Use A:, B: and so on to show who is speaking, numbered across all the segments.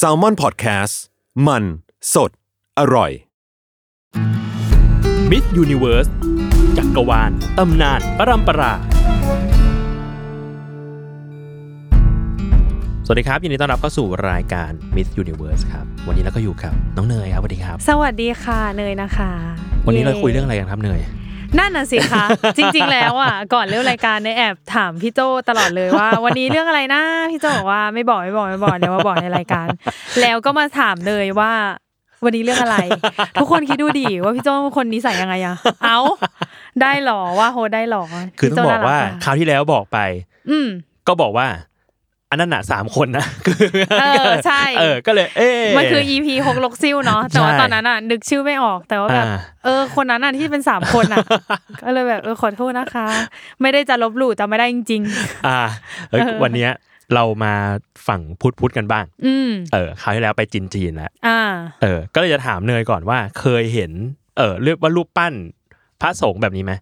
A: s a l m o n PODCAST มันสดอร่อย
B: มิสยูนิเวิร์สจักรวาล ตำนาน ปรัมปรา สวัสดีครับ ยินดีต้อนรับเข้าสู่รายการ Miss Universe ครับ วันนี้เราก็อยู่กับน้องเนยครับสวัสดีครับ
C: สวัสดีค่ะเนยนะคะ
B: วันนี้เรา
C: ย้
B: คุยเรื่องอะไรกันครับเนย
C: นั่นน่ะสิ คะ จริง ๆ แล้วอ่ะก่อนเริ่มรายการในยแอบถามพี่โจตลอดเลยว่า วันนี้เรื่องอะไรนะพี่โจบอกว่าไม่บอกไม่บอกไม่บอกเดี๋ยวมาบอกในรายการ แล้วก็มาถามเนยว่า วันนี้เรื่อง อะไร ทุกคนคิดดูดิว่าพี่โจเป็นคนนิสัยยังไงอะเอาได้หรอว่าโฮได้หรอ
B: คือต้อง
C: พี่
B: บ
C: โจ้
B: อกว่า
C: น่รัอะ
B: คราวที่แล้วบอกไป
C: อืม
B: ก็บอกว่า อันนั้นน่ะสามคนนะคือ
C: เออใช่
B: เออ ก็เลย เอ๊ะ
C: มันคือ EP หกลกซิ่วเนาะแต่ว่า
B: ใช่
C: ตอนนั้นอ่ะนึกชื่อไม่ออกแต่ว่าแบบ
B: อ่า
C: เออคนนั้นน่ะที่เป็นสามคน น่ะ ก็เลยแบบเออขอโทษนะคะ ไม่ได้จะลบหลู่แต่ไม่ได้จริง
B: อ่าเอ้ย
C: เออ
B: วันเนี้ยเรามาฝั่งพูดพูดกันบ้าง
C: ๆ อืม
B: เออคราวที่แล้วไปจีนจีนแล้ว
C: อ่า
B: เออ ก็เลยจะถามเนยก่อนว่าเคยเห็น เออเรียกว่ารูปปั้นพระสงฆ์แบบนี้ไหม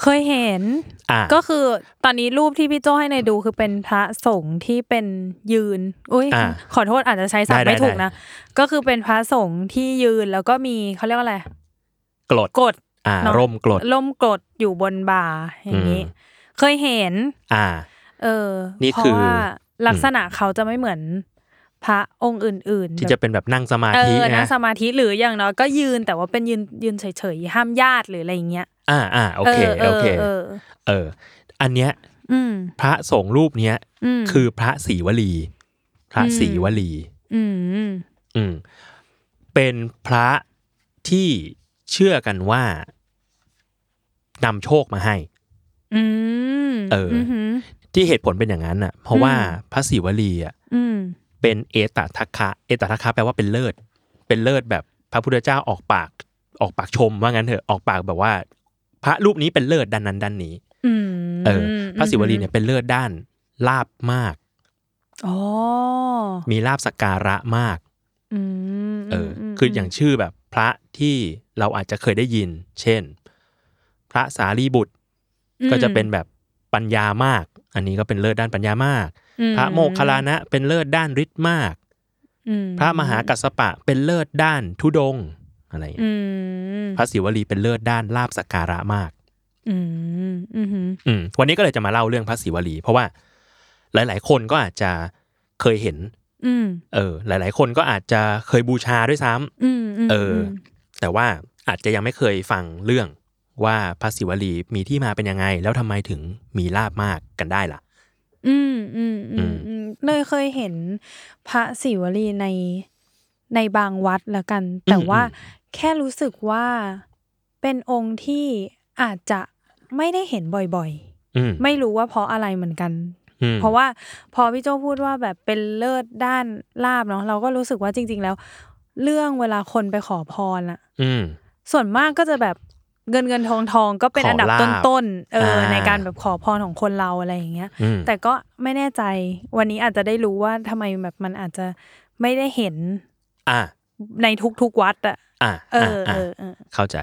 C: เคยเห็น
B: อ่า
C: ก็คือตอนนี้รูปที่พี่โจ้ให้ในดูคือเป็นพระสงฆ์ที่เป็นยืน อุ้ย
B: อ่า
C: ขอโทษอาจจะใช้ศัพท์
B: ได้
C: ไม่ถูก
B: ได้
C: นะ ก็คือเป็นพระสงฆ์ที่ยืนแล้วก็มีเขาเรียกว่าอะไร
B: กรด
C: กด
B: อ่า
C: เนอะ
B: ร่มกรด
C: ล่มกดอยู่บนบ่าอย่างนี้
B: อืม
C: เคยเห็น
B: อ่า
C: เออ
B: นี่
C: เพราะ
B: คือ
C: ว่าลั
B: อื
C: ก
B: ม
C: ษณะเขาจะไม่เหมือนพระองค์อื่นๆ
B: ที่
C: แบบ
B: จะเป็นแบบนั่งสมา
C: เอ
B: ธิ
C: อนั่
B: นะ
C: งสมาธิหรืออย่างน้อยก็ยืนแต่ว่าเป็นยืนยืนเฉยๆห้ามญาติหรืออะไรอย่างเงี้ย
B: อ่าอ่าโอเคโอเค
C: เออ
B: เออ อันเนี้ย
C: อืม
B: พระสงฆ์รูปเนี้ย
C: อืม
B: คือพระศรีวลี พระ
C: อืม
B: ศรีวลี
C: อืม
B: อืมเป็นพระที่เชื่อกันว่านำโชคมาให้
C: อืม
B: เอออื
C: อหือ
B: ที่เหตุผลเป็นอย่างนั้นอ่ะ เพราะว่า
C: อืม
B: พระศิวลีอ่ะ
C: อืม
B: เป็นเอตทัคคะเอตทัคคะแปลว่าเป็นเลิศ เป็นเลิศแบบพระพุทธเจ้าออกปากออกปากชมว่างั้นเถอะออกปากแบบว่า พระรูปนี้เป็นเลิศด้านนั้นด้านนี้
C: อืม
B: เออ พระศิวลีเนี่ยเป็นเลิศด้านลาบมาก
C: อ๋อ
B: มีลาบสกการะมาก
C: อืม
B: เอออคืออย่างชื่อแบบพระที่เราอาจจะเคยได้ยิน เช่น พระสารีบุตรก็จะเป็นแบบปัญญามาก อันนี้ก็เป็นเลิศด้านปัญญามาก
C: อื
B: พระโมคคัลลานะเป็นเลิศด้านฤทธิ์มาก
C: อืม
B: พระมหากัสสปะเป็นเลิศด้านทุดงค์อะไรอย่างเงี้ย
C: อืม
B: พระศิวลีเป็นเลิศด้านลาบสกการะมาก
C: อืมอืมอืม
B: อืมวันนี้ก็เลยจะมาเล่าเรื่องพระศิวลี เพราะว่าหลาย ๆ คนก็อาจจะเคยเห็น
C: อืม
B: เออ หลาย ๆ คนก็อาจจะเคยบูชาด้วยซ้ำ
C: อืมม
B: เออ แต่ว่าอาจจะยังไม่เคยฟังเรื่องว่าพระศิวลีมีที่มาเป็นยังไง แล้วทำไมถึงมีลาบมากกันได้ล่ะ
C: อืมอืม
B: อื
C: อื
B: ม
C: มอืมเนยเคยเห็นพระศิวลีในในบางวัดละกัน แต่ว่า แค่รู้สึกว่าเป็นองค์ที่อาจจะไม่ได้เห็นบ่อย
B: อืม
C: ๆ ไม่รู้ว่าเพราะอะไรเหมือนกัน
B: อืม
C: เพราะว่าพอพี่โจพูดว่าแบบเป็นเลิศด้านลาบเนาะเราก็รู้สึกว่าจริง ๆ แล้ว เรื่องเวลาคนไปขอพรอะ
B: อืม
C: ส่วนมากก็จะแบบเงินเงินทองทองก็เป็น
B: ขอลาบ
C: อันดับต้นๆเอออา ในการแบบขอพรของคนเราอะไรอย่างเงี้ย
B: อืม
C: แต่ก็ไม่แน่ใจวันนี้อาจจะได้รู้ว่าทำไมแบบมันอาจจะไม่ได้เห็น
B: อ่ะ
C: ในทุกๆวัดอะ
B: อ่ะ
C: เอ
B: อ่ะ
C: อ
B: อ่ะ
C: เออเออ
B: เข้าใจ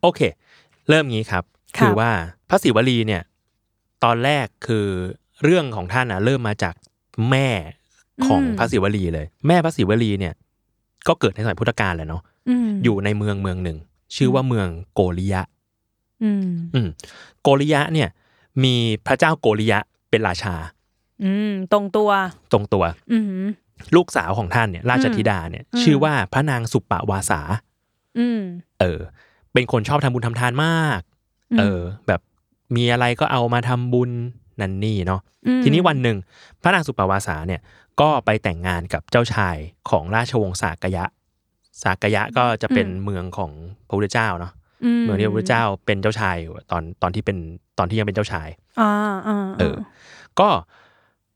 B: โอเค เริ่มงี้ครับ
C: ครับ
B: คือว่าพระศิวลีเนี่ย ตอนแรกคือเรื่องของท่านอ่ะ เริ่มมาจากแม่ของพระศิวลีเลย แม่พระศิวลีเนี่ย ก็เกิดในสมัยพุทธกาลแหละเนาะ
C: ม
B: อยู่ในเมืองเมืองหนึ่ง ชื่อว่าเมืองโกริยะ
C: อืม
B: อืมโกริยะเนี่ยมีพระเจ้าโกริยะเป็นราชา
C: อืม ตรงตัว
B: ตรงตัว
C: อืม
B: ลูกสาวของท่านเนี่ยราชธิดาเนี่ย
C: อืม
B: ชื่อว่าพระนางสุปปวาสา
C: อืม
B: เออ เป็นคนชอบทำบุญทำทานมาก เออ แบบมีอะไรก็เอามาทำบุญนั่นนี่เนาะ
C: ม
B: ทีนี้วันหนึ่งพระนางสุปปวาสาเนี่ยก็ไปแต่งงานกับเจ้าชายของราชวงศ์สากยะ สากยะก็จะเป็นเมืองของพระพุทธเจ้าเนาะเมืองที่พระพุทธเจ้าเป็นเจ้าชายอยู่ตอนตอนที่เป็นตอนที่ยังเป็นเจ้าชาย
C: อ่าอ่า
B: เออ ก็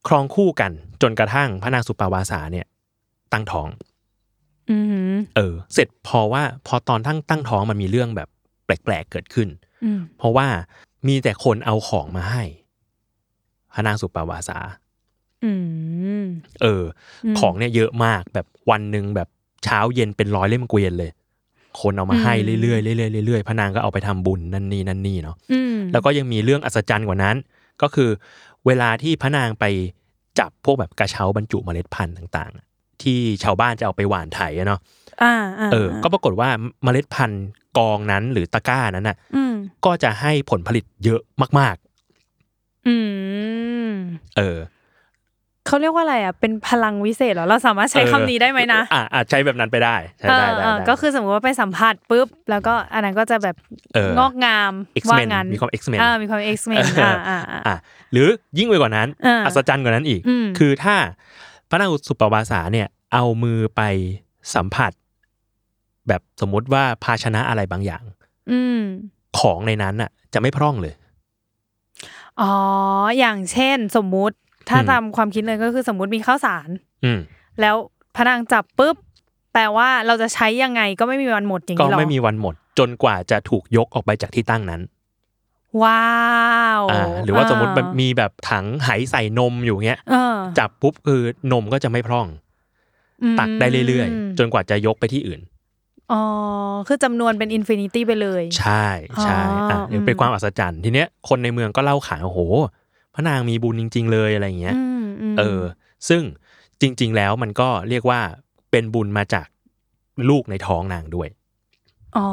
B: ครองคู่กันจนกระทั่งพระนางสุปาวาสาเนี่ย ตั้งท้อง
C: อือหือ
B: เออ เสร็จพอว่าพอตอนตั้งตั้งท้องมันมีเรื่องแบบแปลกๆเกิดขึ้น
C: อืม
B: เพราะว่ามีแต่คนเอาของมาให้พระนางสุปาวาสา
C: อืม
B: เออ ของเนี่ยเยอะมากแบบวันหนึ่งแบบเช้าเย็นเป็นร้อยเล่มเกวียนเลย คนเอามาให้เรื่อยๆเรื่อยๆเรื่อยๆพระนางก็เอาไปทำบุญนั่นนี่นั่นนี่เนาะ
C: อืม
B: แล้วก็ยังมีเรื่องอัศจรรย์กว่านั้น ก็คือเวลาที่พระนางไปจับพวกแบบกระเช้าบรรจุเมล็ดพันธุ์ต่างๆอะที่ชาวบ้านจะเอาไปหว่านไถอะเนาะ
C: อ่าา
B: เออ ก็ปรากฏว่าเมล็ดพันธุ์กองนั้นหรือตะกร้านั้นน่ะ
C: อืม
B: ก็จะให้ผลผลิตเยอะมาก
C: อืม
B: ๆ เออ
C: เขาเรียกว่าอะไรอ่ะเป็นพลังวิเศษเหรอเราสามารถใช้คำนี้ได้ไหมนะ
B: อ่าใช้แบบนั้นไปได้ใช้ได้
C: เออ
B: ได้
C: เออ
B: ได้
C: ก็คือสมมติว่าไปสัมผัสปุ๊บ แล้วก็อันนั้นก็จะแบบ
B: เออง
C: อกงาม
B: X-Men
C: ว่างั้น
B: มีความ X-Men
C: อ่ามีความ X-Men อ่าอ่าอ่า
B: อ่ะหรือยิ่งไปกว่านั้น
C: เอออั
B: อัศจรรย์กว่านั้นอีก
C: อืม
B: คือถ้าพระนางสุปปาวาสาเนี่ย เอามือไปสัมผัส แบบสมมติว่าภาชนะอะไรบางอย่าง
C: อืม
B: ของในนั้นน่ะ จะไม่พร่องเลย
C: อ๋อ อย่างเช่นสมมุติถ้า
B: อืม
C: ตามความคิดเลยก็คือสมมุติมีข้าวสาร
B: อืม
C: แล้วพนังจับปุ๊บ แปลว่าเราจะใช้ยังไงก็ไม่มีวันหมดอย่าง
B: ก็
C: นี้หรอ
B: ไม่มีวันหมด จนกว่าจะถูกยกออกไปจากที่ตั้งนั้น
C: ว้าว
B: อ่าหรือว่าสมมติ
C: อ่
B: แบบมีแบบถังไหใส่นมอยู่เงี้ย
C: เออ
B: จับปุ๊บคือนมก็จะไม่พร่อง
C: อืม
B: ตักได้เรื่อยๆ จนกว่าจะยกไปที่อื่น
C: อ๋อ คือจำนวนเป็นอินฟินิตี้ไปเลย
B: ใช่ใช่
C: อ๋
B: อ่ะ
C: อ
B: หรืออ
C: ม
B: เป็นความอัศจรรย์ทีเนี้ยคนในเมืองก็เล่าขานว่าโอ้โหพระนางมีบุญจริง ๆ เลยอะไรอย่างเงี้ย
C: อืมม
B: เออ ซึ่งจริง ๆ แล้วมันก็เรียกว่าเป็นบุญมาจากลูกในท้องนางด้วย
C: อ๋อ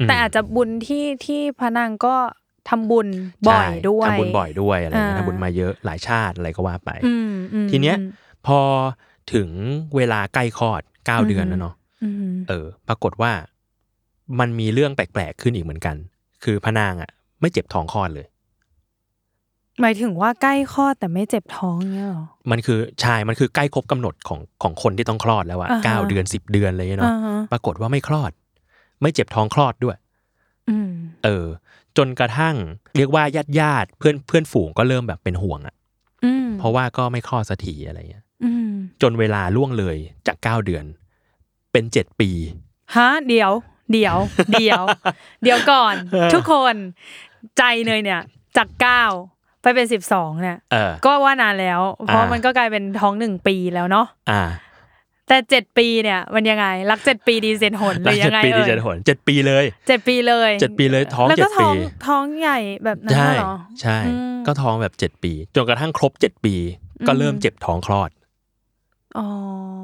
C: อ
B: ม
C: แต่อาจจะบุญที่ที่พนังก็ทำบุญบ่อย
B: ใช่
C: ด้วย
B: ทำบุญบ่อยด้วยอะไรเงี้ย
C: อ่า
B: ทำบุญมาเยอะหลายชาติอะไรก็ว่าไป
C: อืมอืม
B: ทีเนี้ย
C: อืม
B: พอถึงเวลาใกล้คลอดเก้า
C: อือหือ
B: เดือนแล้วเนาะ
C: อืม
B: เออ ปรากฏว่ามันมีเรื่องแปลก ๆ ขึ้นอีกเหมือนกัน คือพระนางอ่ะ ไม่เจ็บท้องคลอดเลย
C: หมายถึงว่าใกล้คลอดแต่ไม่เจ็บท้องเงี้ยเหรอ
B: มันคือใชายมันคือใกล้ครบกำหนดของของคนที่ต้องคลอดแล้วอะ
C: อ่าฮะ
B: เก้าเดือนสิบเดือนอะไรเงี้ย
C: อ่า
B: เนาะ
C: ฮะ
B: ปรากฏว่าไม่คลอด ไม่เจ็บท้องคลอดด้วย
C: อืม
B: เออ จนกระทั่ง เรียกว่าญาติญาติๆเพื่อนเพื่อนฝูงก็เริ่มแบบเป็นห่วงอะ
C: อืม
B: เพราะว่าก็ไม่คลอดสักทีอะไรเงี้ย
C: อืม
B: จนเวลาล่วงเลยจากเก้าเดือน เป็นเจ็ดปี
C: ฮะเดี๋ยว เดี๋ยว เดี๋ยว เดี๋ยวก่อน
B: เออ
C: ทุกคนใจเนยเนี่ย จากเก้าไปเป็นสิบสองเนี่ย
B: เออ
C: ก็ว่านานแล้ว เพราะ
B: อ่ามั
C: มันก็กลายเป็นท้องหนึ่งปีแล้วเนาะ
B: อ่า
C: แต่เจ็ดปีเนี่ย มันยังไง รักเจ็ดปีดีเซนหนห
B: หลั
C: รื
B: ง
C: อยั
B: เจ็ด
C: งไง
B: ปีที่
C: เอ่ย
B: เจ็ดหนเจ็ดปีเลย
C: เจ็ดปีเลย
B: เจ็ดปีเลยท้อง
C: แล้ว
B: เจ็
C: ก็
B: ด
C: ท้
B: ปี
C: องท้องใหญ่แบบนั้น
B: ใช่
C: เหรอ
B: ใช่
C: อืม
B: ก็ท้องแบบเจ็ดปี จนกระทั่งครบเจ็ดปี ก็
C: อืม
B: เริ่มเจ็บท้องคลอด
C: อ๋อ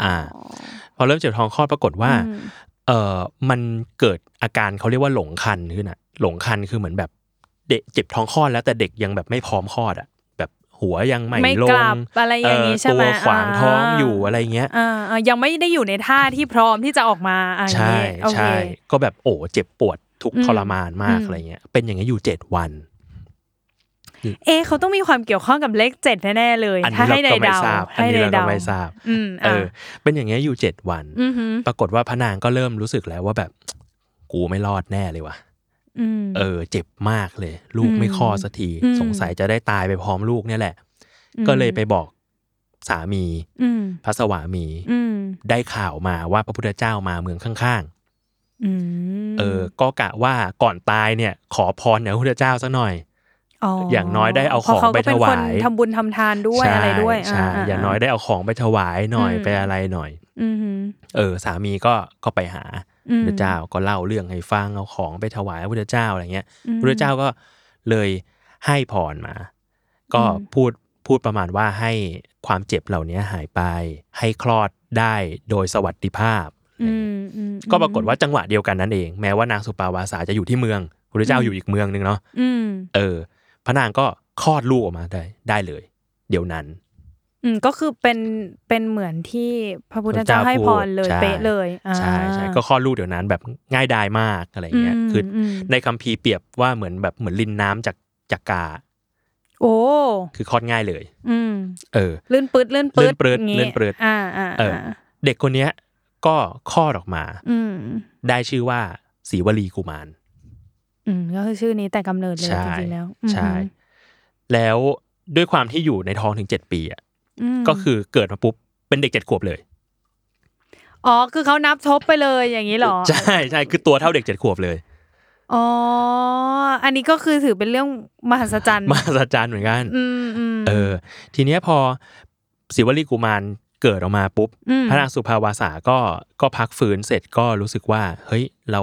C: อ่า
B: อ่า พอเริ่มเจ็บท้องคลอดปรากฏว่า
C: อืม
B: เออมันเกิดอาการเขาเรียกว่าหลงคันขึ้นอะหลงคันคือเหมือนแบบเด็กเจ็บท้องคลอดแล้วแต่เด็กยังแบบไม่พร้อมคลอดอะแบบหัวยังไม่
C: ไม่
B: ล
C: ก
B: ง
C: ลับอะไรอย่างนี้
B: เ
C: ใช่ไหม
B: ตัวขวางท้องอยู่อะไรเงี้ย
C: อ่าอ่ายังไม่ได้อยู่ในท่าที่พร้อมที่จะออกมาอ่าอย่าง
B: ใช่
C: นี้โอเค
B: ใช่ก็แบบโอ้เจ็บปวดทุกข์
C: อืม
B: ทรมานมาก
C: อืม
B: อะไรเงี้ยเป็นอย่างเงี้ยอยู่เจ็ดวัน
C: เอะเขาต้องมีความเกี่ยวข้องกับเลขเจ็ดแน่ๆเลย
B: อัน
C: ถ้า
B: นี้
C: ให้
B: เราก็ไม่
C: ในเดา
B: ทราบอัน
C: ให้
B: นี้
C: ใน
B: เราก็
C: เดา
B: ไม่ทราบ
C: อืม
B: เอ
C: อ่า
B: อ เป็นอย่างเงี้ยอยู่เจ็ดวัน
C: อือหือ
B: ปรากฏว่าพระนางก็เริ่มรู้สึกแล้วว่าแบบกูไม่รอดแน่เลยว่ะ
C: อืม
B: เออเจ็บมากเลย ลูกไม่คลอดสักที
C: อืม
B: สงสัยจะได้ตายไปพร้อมลูกเนี่ยแหละ ก็เลยไปบอกสามี
C: อืม
B: พระสวามี
C: อืม
B: ได้ข่าวมาว่าพระพุทธเจ้ามาเมืองข้าง
C: อืม
B: ๆ เออ ก็กะว่าก่อนตายเนี่ย ขอพรจากพระพุทธเจ้าสักหน่อย อย่างน้อยได้เอาของ
C: พระ
B: ไปถวาย
C: เขก็เป็นคนทำบุญทำทานด้วย
B: ใช่
C: อะไรด้วย
B: ใช่อย่างน้อยได้เอาของไปถวายหน่อยไปอะไรหน่อย
C: อือหือ
B: เออ สามีก็ก็ไปหา
C: อื
B: พ
C: ม
B: ระพุทธเจ้าก็เล่าเรื่องให้ฟังเอาของไปถวายพระพุทธเจ้าอะไรเงี้ย
C: อืม
B: พระพุทธเจ้าก็เลยให้พรมา ก็
C: อืม
B: พูดพูดประมาณว่าให้ความเจ็บเหล่านี้หายไป ให้คลอดได้โดยสวัสดิภาพ
C: อืมอืม
B: ก็ปรากฏว่าจังหวะเดียวกันนั่นเอง แม้ว่านางสุปาวาสาจะอยู่ที่เมืองพระพุทธเจ้าอยู่อีกเมืองหนึงเนาะ
C: อืม
B: เออ พระนางก็คลอดลูกออกมาได้ได้เลย เดี๋ยวนั้น
C: อืมก็คือเป็นเป็นเหมือนที่พระพุทธ
B: พ
C: เจ้า
B: ระพุทธเจ้า
C: ให้พรเลย
B: พูด
C: เป๊ะเลยอ่า
B: ใช่ใช่ก็คลอดลูกเดี๋ยวนั้นแบบง่ายดายมากอะไรเงี้ย
C: ม
B: คือ
C: ม
B: ในคัมภีร์เปรียบว่าเหมือนแบบเหมือนลินน้ำจากจากกา
C: โอ้
B: คือคลอดง่ายเลย
C: อืม
B: เออ
C: ลื่นปืดลื่นปื
B: ลื่นปื๊ด
C: อย่างงี้
B: ลื่นปื๊ด
C: อ่าอ่า
B: เออ เด็กคนเนี้ยก็คลอดออกมา
C: อืม
B: ได้ชื่อว่าศรีวลีกุมาร
C: อืมก็คือชื่อนี้แต่กำเนิดเลย
B: ใช่
C: จริงๆแล้ว
B: ใช่
C: อืม
B: แล้ว ด้วยความที่อยู่ในท้องถึงเจ็ดปีอ่ะ
C: ม
B: ก็คือเกิดมาปุ๊บเป็นเด็กเจ็ดขวบเลย
C: อ๋อคือเขานับทบไปเลยอย่างนี้เหรอ
B: ใช่ใช่คือตัวเท่าเด็กเจ็ดขวบเลย
C: อ๋ออันนี้ก็คือถือเป็นเรื่องมหัศจรรย์
B: มหัศจรรย์เหมือนกัน
C: อืมอืม
B: เออ ทีเนี้ยพอศิวลีกุมารเกิดออกมาปุ๊บ
C: ม
B: พระนางสุภาวาสาก็ก็พักฟื้นเสร็จก็รู้สึกว่า เฮ้ยเรา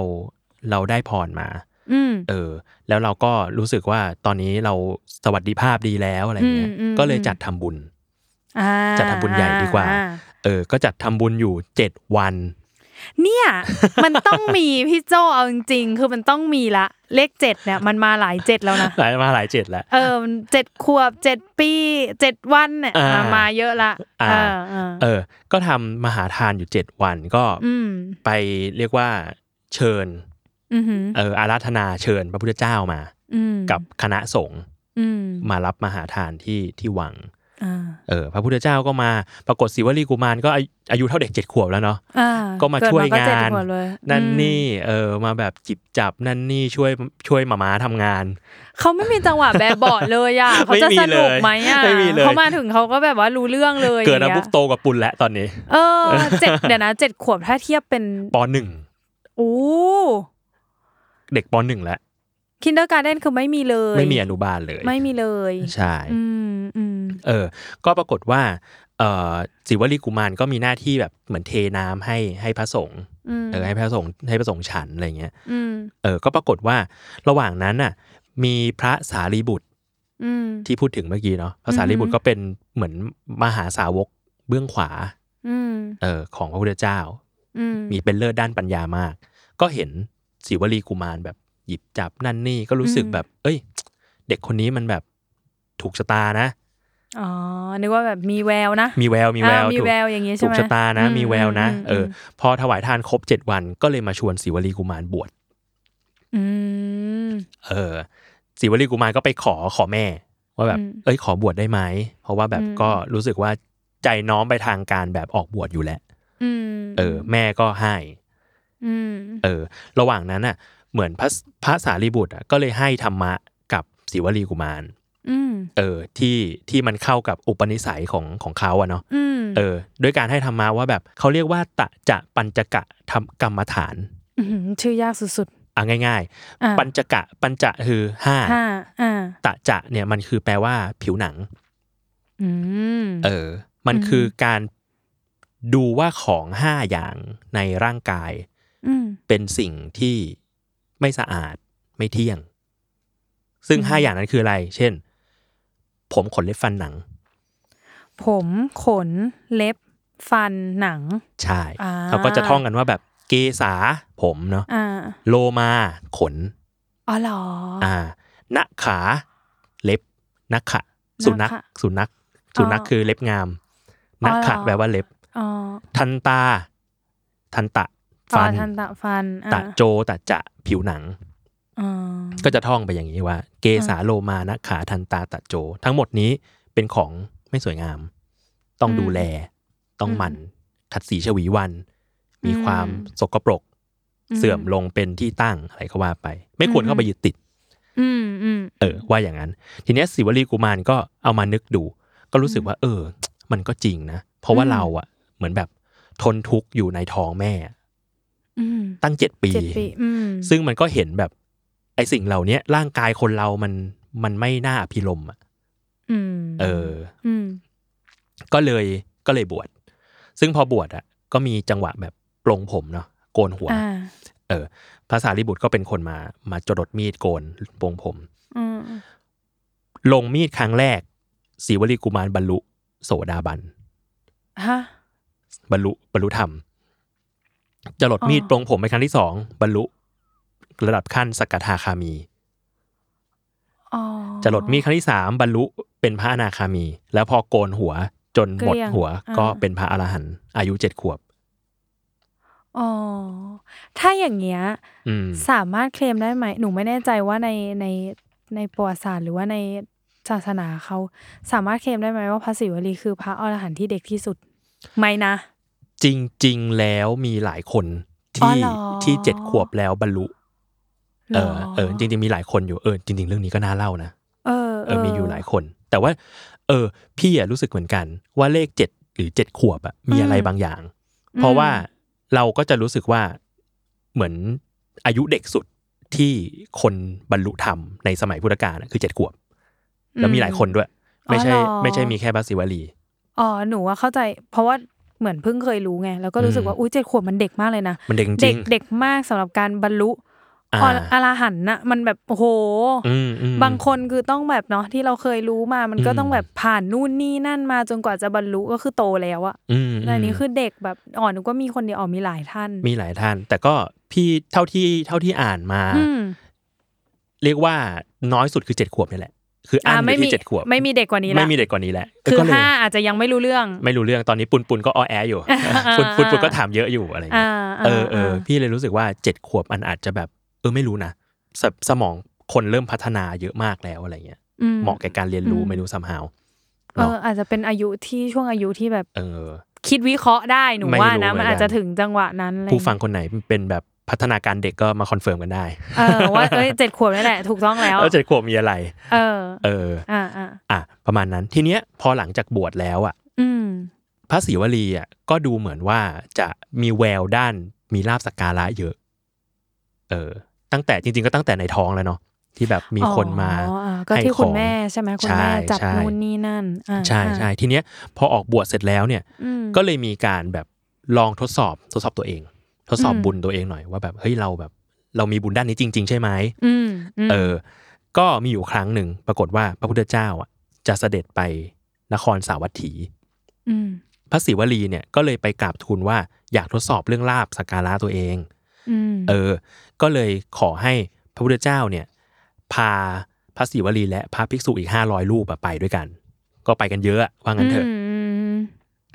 B: เราได้พรมา
C: อืม
B: เออ แล้วเราก็รู้สึกว่าตอนนี้เราสวัสดิภาพดีแล้วอะไรเงี้ย
C: อืมอืม
B: ก็เลยจัดทำบุญ
C: อ่า
B: จัดทำบุญใหญ่ดีกว่า
C: อ่
B: เออ ก็จัดทำบุญอยู่เจ็ดวัน
C: เนี่ย มันต้องมีพี่โจเอาจริงๆคือมันต้องมีละ เลขเจ็ดเนี่ย มันมาหลายเจ็ดแล้วนะ
B: หลายมาหลายเจ็ดแล้ว
C: เออมันเจ็ดขวบเจ็ดปีเจ็ดวันเนี่ย
B: อ่า
C: อ่ามาเยอะละ
B: อ่า
C: เออเออ
B: เออ ก็ทำมหาทานอยู่เจ็ดวันก็
C: อืม
B: ไปเรียกว่าเชิญ
C: อือหือ
B: เอออาราธนาเชิญพระพุทธเจ้ามา
C: อืม
B: กับคณะสงฆ์
C: อืม
B: มารับมหาทานที่ที่วัง
C: อ่า
B: เออพระพุทธเจ้าก็มาปรากฏศิวลีกุมารก็อายุอายุเท่าเด็กเจ็ดขวบแล้วเนาะ
C: อ่า
B: ก็มา
C: เด
B: ช่วย
C: ก็เจ็ด
B: งาน
C: ขวบเลย
B: นั่น
C: อืม
B: นี่เออมาแบบจิบจับนั่นนี่ช่วยช่วยหมาม้าทำงาน
C: เขาไม่มีจังหวะแบบเบาะเลย อ่ะ เขาจะ
B: ไม่มี
C: สนุก
B: เลย
C: ไหมอ่ะ
B: ไม่มีเลย
C: เขามาถึงเขาก็แบบว่ารู้เรื่องเลย
B: เกิดมา
C: อย่าง
B: ปุ๊บ
C: งี้ย
B: โตกับปุนแล้วตอนนี้
C: เออเจ็ดเดี๋ยวนะเจ็ดขวบถ้าเทียบเป็น
B: ปหนึ่ง
C: โอ้
B: เด็กปหนึ่งแล้ว
C: คินเดอร์การ์เดนคือไม่มีเลย
B: ไม่มีอนุบาลเลย
C: ไม่มีเลย
B: ใช่
C: อืมอืม
B: เออ ก็ปรากฏว่าเออศิวลีกุมารก็มีหน้าที่แบบเหมือนเทน้ำให้ให้พระสงฆ์
C: อืม
B: เออให้พระสงฆ์ให้พระสงฆ์ฉันอะไรเงี้ย
C: อืม
B: เออก็ปรากฏว่าระหว่างนั้นน่ะ มีพระสารีบุตร
C: อืม
B: ที่พูดถึงเมื่อกี้เนาะพระสารีบุตร
C: อือหือ
B: ก็เป็นเหมือนมหาสาวกเบื้องขวา
C: อืม
B: เออของพระพุทธเจ้า
C: อืม
B: มีเป็นเลิศด้านปัญญามาก ก็เห็นศิวลีกุมารแบบหยิบจับนั่นนี่ก็รู้สึก
C: อืม
B: แบบ เอ้ย เด็กคนนี้มันแบบถูกชะตานะ
C: อ๋อนึกว่าแบบมีแววนะ
B: มีแววมีแวว
C: อ่ามี
B: ถูก
C: แววอย่างงี้ใช่
B: ถู
C: ไห
B: ก
C: ม
B: ชะตานะ
C: อื
B: มีแววนะ
C: ม
B: เออ พอถวายทานครบเจ็ดวันก็เลยมาชวนศิวลีกุมารบวช
C: อืม
B: เออศิวลีกุมารก็ไปขอขอแม่ ว่าแบบ
C: อืม
B: เอ้ยขอบวชได้ไหมเพราะว่าแบบ
C: อืม
B: ก็รู้สึกว่าใจน้อมไปทางการแบบออกบวชอยู่แล้ว
C: อืม
B: เออ แม่ก็ให้
C: อืม
B: เออ ระหว่างนั้นน่ะ เหมือนพระพระสารีบุตรอ่ะก็เลยให้ธรรมะกับศิวลีกุมาร
C: อืม
B: เออ ที่ที่มันเข้ากับอุปนิสัยของของเขาอะเนาะ
C: อืม
B: เออ ด้วยการให้ธรรมะว่าแบบเขาเรียกว่าตะจะปัญจกะธรรมกรรมฐาน
C: มชื่อยากสุด
B: อ่ะง่าย
C: ๆอ่า
B: ๆ ปัญจกะปัญจะคือห้า
C: ห้าอ่า
B: ตะจะเนี่ยมันคือแปลว่าผิวหนัง
C: อืม
B: เออ มัน
C: อืม
B: คือการดูว่าของห้าอย่างในร่างกาย
C: อืม
B: เป็นสิ่งที่ไม่สะอาดไม่เที่ยง ซึ่ง
C: อืม
B: ห้าอย่างนั้นคืออะไร เช่น ผมขนเล็บฟันหนัง
C: ผมขนเล็บ ฟันหนัง
B: ใช่
C: อ่า
B: เขาก็จะท่องกันว่าแบบเกษาผมเนาะ
C: อ่า
B: โลมาขน
C: อ๋อเหรอ
B: อ่านักขา เล็บนักขะสุนัข
C: นักขะ
B: สุนัขสุนัข
C: อ๋อ
B: คือเล็บงามนักขะ
C: อ๋อเหรอ
B: แปลว่าเล็บ
C: อ๋อ
B: ทันตา ทันตะ
C: ฟั
B: ฟั
C: น
B: น
C: ทันตะฟันอ่า
B: ตะโจตะจะผิวหนัง
C: อ๋อ
B: ก็จะท่องไปอย่างนี้ว่า เกษาโลมานะขาทันตาตะโจ ทั้งหมดนี้เป็นของไม่สวยงาม ต้องดูแล ต้องหมันขัดสีชวีวัน มีความสกปรก เสื่อมลงเป็นที่ตั้งอะไรก็ว่าไป ไม่ควรเข้าไปยึดติด
C: อืมอืม
B: เออ ว่าอย่างนั้น ทีเนี้ยศิวลีกุมารก็เอามานึกดู ก็รู้สึกว่า เออ มันก็จริงนะ เพราะว่าเราอะเหมือนแบบทนทุกข์อยู่ในท้องแม่
C: อืม
B: ตั้งเจ็ดปี
C: เจ็ดปี อืม
B: ซึ่งมันก็เห็นแบบไอสิ่งเหล่าเนี้ยร่างกายคนเรามันมันไม่น่าอภิรมย์อะ
C: อืม
B: เออ
C: อืม
B: ก็เลยก็เลยบวช ซึ่งพอบวชอ่ะก็มีจังหวะแบบปลงผมเนาะโกนหัว
C: อ่า
B: เออภาษาลิบุตรก็เป็นคนมามาจรดมีดโกนปลงผม
C: อืม
B: ลงมีดครั้งแรกศิวลีกุมารบรรลุ โสดาบัน
C: ฮะ
B: บรรลุบรรลุธรรมจรดมีด
C: อ๋อ
B: ปลงผมเป็นครั้งที่สองบรรลุ ระดับขั้นสกทาคามี
C: อ๋อ
B: จรดมีดครั้งที่สามบรรลุเป็นพระอนาคามี แล้วพอโกนหัวจนหมด
C: เกลี้ยง
B: หัว
C: อ่า
B: ก็เป็นพระอรหันต์อายุเจ็ดขวบ
C: อ๋อ ถ้าอย่างเงี้ย
B: อืม
C: สามารถเคลมได้ไหม หนูไม่แน่ใจว่าในในในประวัติศาสตร์หรือว่าในศาสนาเขาสามารถเคลมได้ไหมว่าพระศิวลีคือพระอรหันต์ที่เด็กที่สุดไม่นะ
B: จริง ๆ แล้วมีหลายคน
C: อ๋อ
B: ที่
C: เหรอ
B: ที่เจ็ดขวบแล้วบรรลุ เออ
C: หร
B: เออจริงๆมีหลายคนอยู่เออจริง ๆ เรื่องนี้ก็น่าเล่านะ
C: เออ
B: เออมีอยู่หลายคน แ แต่ว่า เออ พี่อะรู้สึกเหมือนกัน ว่าเลขเจ็ดหรือเจ็ดขวบอะมีอะไร
C: อืม
B: บางอย่าง เพราะว่าเราก็จะรู้สึกว่าเหมือนอายุเด็กสุดที่คนบรรลุธรรมในสมัยพุทธกาลอะคือเจ็ดขวบ แล้วมีหลายคนด้วย ไม่ใช่
C: อ๋อเหรอ
B: ไม่ใช่มีแค่พระศิวลี
C: อ๋อหนูว่าเข้าใจ เพราะว่าเหมือนเพิ่งเคยรู้ไงแล้วก็รู้สึกว่า
B: อืม
C: อุ้ยเจ็ดขวบมันเด็กมากเลยนะ
B: มันเด็กจริ
C: เด็ก
B: ง
C: เด็กมากสำหรับการบรรลุ
B: อ่า
C: อรอรหันต์นะมันแบบโอ้โห
B: อืมอืม
C: บางคนคือต้องแบบเนาะที่เราเคยรู้มามันก็
B: อืม
C: ต้องแบบผ่านนู่นนี่นั่นมาจนกว่าจะบรรลุก็คือโตแล้วอะ
B: อืมม
C: แต่อันนี้คือเด็กแบบอ่อนหนูก็มีคนเดียวอ๋อมีหลายท่าน
B: มีหลายท่าน แต่ก็พี่เท่าที่เท่าที่อ่านมา
C: อืม
B: เรียกว่าน้อยสุดคือเจ็ดขวบนี่แหละ คืออัน
C: อ่า
B: อยู่
C: ไม่มี
B: ที่เจ็ดขวบ
C: ไม่มีเด็กกว่านี้ละ
B: ไม่มีเด็กกว่านี้แหละ
C: คือ
B: ก็เลย
C: ห้าอาจจะยังไม่รู้เรื่อง
B: ไม่รู้เรื่องตอนนี้ปุนปุนก็ออแออยู่ ปุนปุนปุนก็ถามเยอะอยู่อะไรอย่างเงี้ย
C: อ่าา
B: เออเอออา พี่เลยรู้สึกว่าเจ็ดขวบอันอาจจะแบบ เออไม่รู้นะสสมองคนเริ่มพัฒนาเยอะมากแล้วอะไรเงี้ย
C: อืม
B: เหมาะแก่การเรียนรู้
C: อืม
B: ไม่รู้ซัมฮาว
C: เอออาจจะเป็นอายุที่ช่วงอายุที่แบบ
B: เออ
C: คิดวิเคราะห์ได้หนู
B: ไม่
C: ว่า
B: รู้
C: นะ
B: เหมื
C: มัน
B: อนกัน
C: อาจจะถึงจังหวะนั้นอะไร
B: ผู้ฟังคนไหนเป็นแบบพัฒนาการเด็กก็มาคอนเฟิร์มกันได้
C: เออว่าเอ้ยเจ็ดขวบนี่แหละถูกต้องแล้ว
B: แล้วเจ็ดขวบมีอะไร
C: เออ
B: เออ
C: อ่าอ่า
B: อ่ะประมาณนั้นทีเนี้ยพอหลังจากบวชแล้วอ่ะ
C: อืม
B: พระศรีวลีอ่ะก็ดูเหมือนว่าจะมีแววด้านมีลาบสักการะเยอะ เออ ตั้งแต่จริง ๆ ก็ตั้งแต่ในท้องแล้วเนาะที่แบบมีคนมา
C: อ๋ออ่ก็
B: ให้
C: ที่
B: ข
C: คุ
B: อ
C: ณ
B: ง
C: แม่ใช่ไหมคุณแม่
B: ใช่
C: จับ
B: ใช่
C: นู่นนี่นั่นอ่า
B: ใช่
C: อ่า
B: ใช่ทีเนี้ยพอออกบวชเสร็จแล้วเนี่ย
C: อืม
B: ก็เลยมีการแบบลองทดสอบทดสอบตัวเอง ทดสอบ
C: อืม
B: บุญตัวเองหน่อยว่าแบบเฮ้ยเราแบบ เรามีบุญด้านนี้จริง ๆ ใช่ไหม
C: อืมม
B: เออ ก็มีอยู่ครั้งหนึ่งปรากฏว่าพระพุทธเจ้าอ่ะจะเสด็จไปนครสาวัตถี
C: ม
B: พระศิวลีเนี่ยก็เลยไปกราบทูลว่าอยากทดสอบเรื่องลาบสักการะตัวเอง
C: อืม
B: เออ ก็เลยขอให้พระพุทธเจ้าเนี่ยพาพระศิวลีและพระภิกษุอีก 500 รูปอะไปด้วยกัน ก็ไปกันเยอะอะว่างั้นเถอะ
C: ม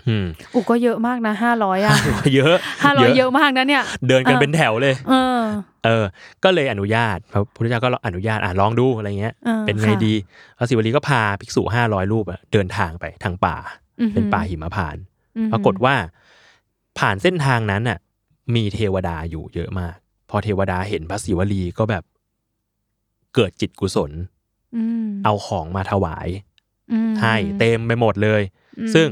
B: อืม
C: อุยก็เยอะมากนะห้าร้อยอ่ะ
B: เยอะ
C: ห้าร้อยเยอะมากนะเนี่ย
B: เดินกัน
C: เออ
B: เป็นแถวเลย
C: เออ
B: เออ ก็เลยอนุญาตพระพุทธเจ้าก็อนุญาตอ่ะลองดูอะไรเงี้ย
C: ออ
B: เป็นไง
C: ค่ะ
B: ดีพระศิวลีก็พาภิกษุ 500 รูปอะเดินทางไปทางป่า
C: อือหือ
B: เป็นป่าหิมพานต์
C: อือหือ
B: ปรากฏว่าผ่านเส้นทางนั้นน่ะ มีเทวดาอยู่เยอะมาก พอเทวดาเห็นพระศิวลีก็แบบเกิดจิตกุศล
C: อืม
B: เอาของมาถวาย
C: อืม
B: ให้เต็มไปหมดเลย
C: อืม
B: ซึ่ง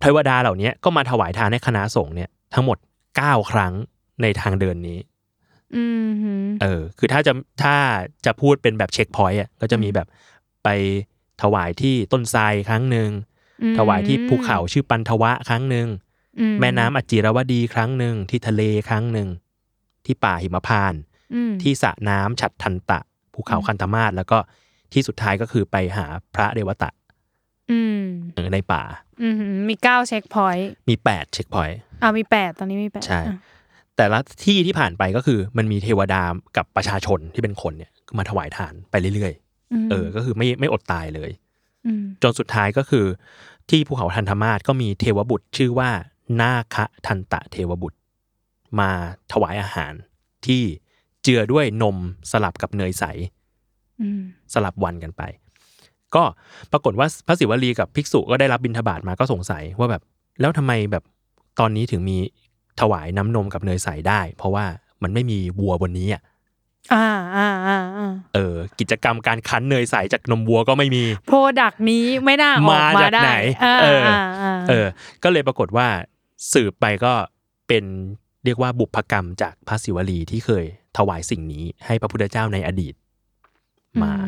B: เทวดาเหล่านี้ก็มาถวายทานให้คณะสงฆ์เนี่ยทั้งหมด 9 ครั้งในทางเดินนี้
C: อืมหืม
B: เออ คือถ้าจะถ้าจะพูดเป็นแบบเช็คพอยต์อ่ะก็จะมีแบบไปถวายที่ต้นไทรครั้งหนึ่งถวายที่ภูเขาชื่อปันทวะครั้งหนึ่ง
C: อื
B: แม่น้ำอจิรวดีครั้งหนึ่งที่ทะเลครั้งหนึ่ง ที่ป่าหิมพานต์
C: อืม
B: ที่สระน้ำฉัดทันตะ ภูเขา
C: อืม
B: คันธมาศแล้วก็ที่สุดท้ายก็คือไปหาพระเดวตะ
C: อืม
B: เออในป่า
C: อืมหืมมีเก้าเช็คพอยต์
B: มี 8 เช็คพอยต์
C: อ่ามีแปดตอนนี้มีแปด
B: ใช่
C: อ่ะ
B: แต่ละที่ที่ผ่านไปก็คือมันมีเทวดากับประชาชนที่เป็นคนเนี่ยมาถวายทานไปเรื่อย
C: ม
B: ๆเออก็คือไม่ไม่อดตายเลย
C: ม
B: จนสุดท้ายก็คือ ที่ภูเขาทันธมาศก็มีเทวบุตรชื่อว่า นาคะทันตะเทวบุตร มาถวายอาหารที่เจือด้วยนมสลับกับเนยใส
C: อืม
B: สลับวันกันไป ก็ปรากฏว่าพระศิวลีกับภิกษุก็ได้รับบิณฑบาตมาก็สงสัยว่าแบบแล้วทำไมแบบตอนนี้ถึงมีถวายน้ำนมกับเนยใสได้ เพราะว่ามันไม่มีวัวบนนี้อ่ะ
C: อ่าอ่าอ่าอ่า
B: เออกิจกรรมการคั้นเนยใสจากนมวัวก็ไม่มี
C: โปรดักต์นี้ไม่น่าออก
B: มา
C: มา
B: จาก
C: ได้
B: ไหน
C: อ่า
B: เอออ่
C: อ่าา
B: เออ ก็เลยปรากฏว่าสืบไปก็เป็นเรียกว่าบุพกรรมจากพระศิวลีที่เคยถวายสิ่งนี้ให้พระพุทธเจ้าในอดีต มา
C: อื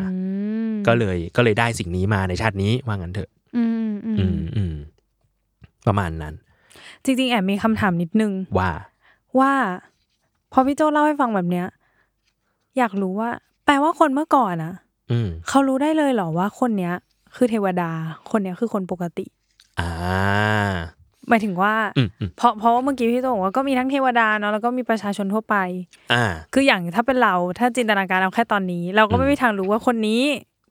C: ม
B: ก็เลยก็เลยได้สิ่งนี้มาในชาตินี้ว่างั้นเถอะ
C: อืมอื
B: อื
C: ม
B: มอืมประมาณนั้น
C: จริง ๆ แอบมีคำถามนิดนึง
B: ว่า
C: ว่าพอพี่โจเล่าให้ฟังแบบเนี้ย อยากรู้ว่า แปลว่าคนเมื่อก่อนอะ
B: อืม
C: เขารู้ได้เลยเหรอว่าคนเนี้ย คือเทวดา คนเนี้ยคือคนปกติ
B: อ่า
C: หมายถึงว่า
B: อืมอืม
C: เพราะเพราะว่าเมื่อกี้พี่โตบอกว่าก็มีทั้งเทวดาเนาะแล้วก็มีประชาชนทั่วไป
B: อ่า
C: คืออย่างถ้าเป็นเราถ้าจินตนาการเอาแค่ตอนนี้ เราก็ไม่มีทางรู้ว่าคนนี้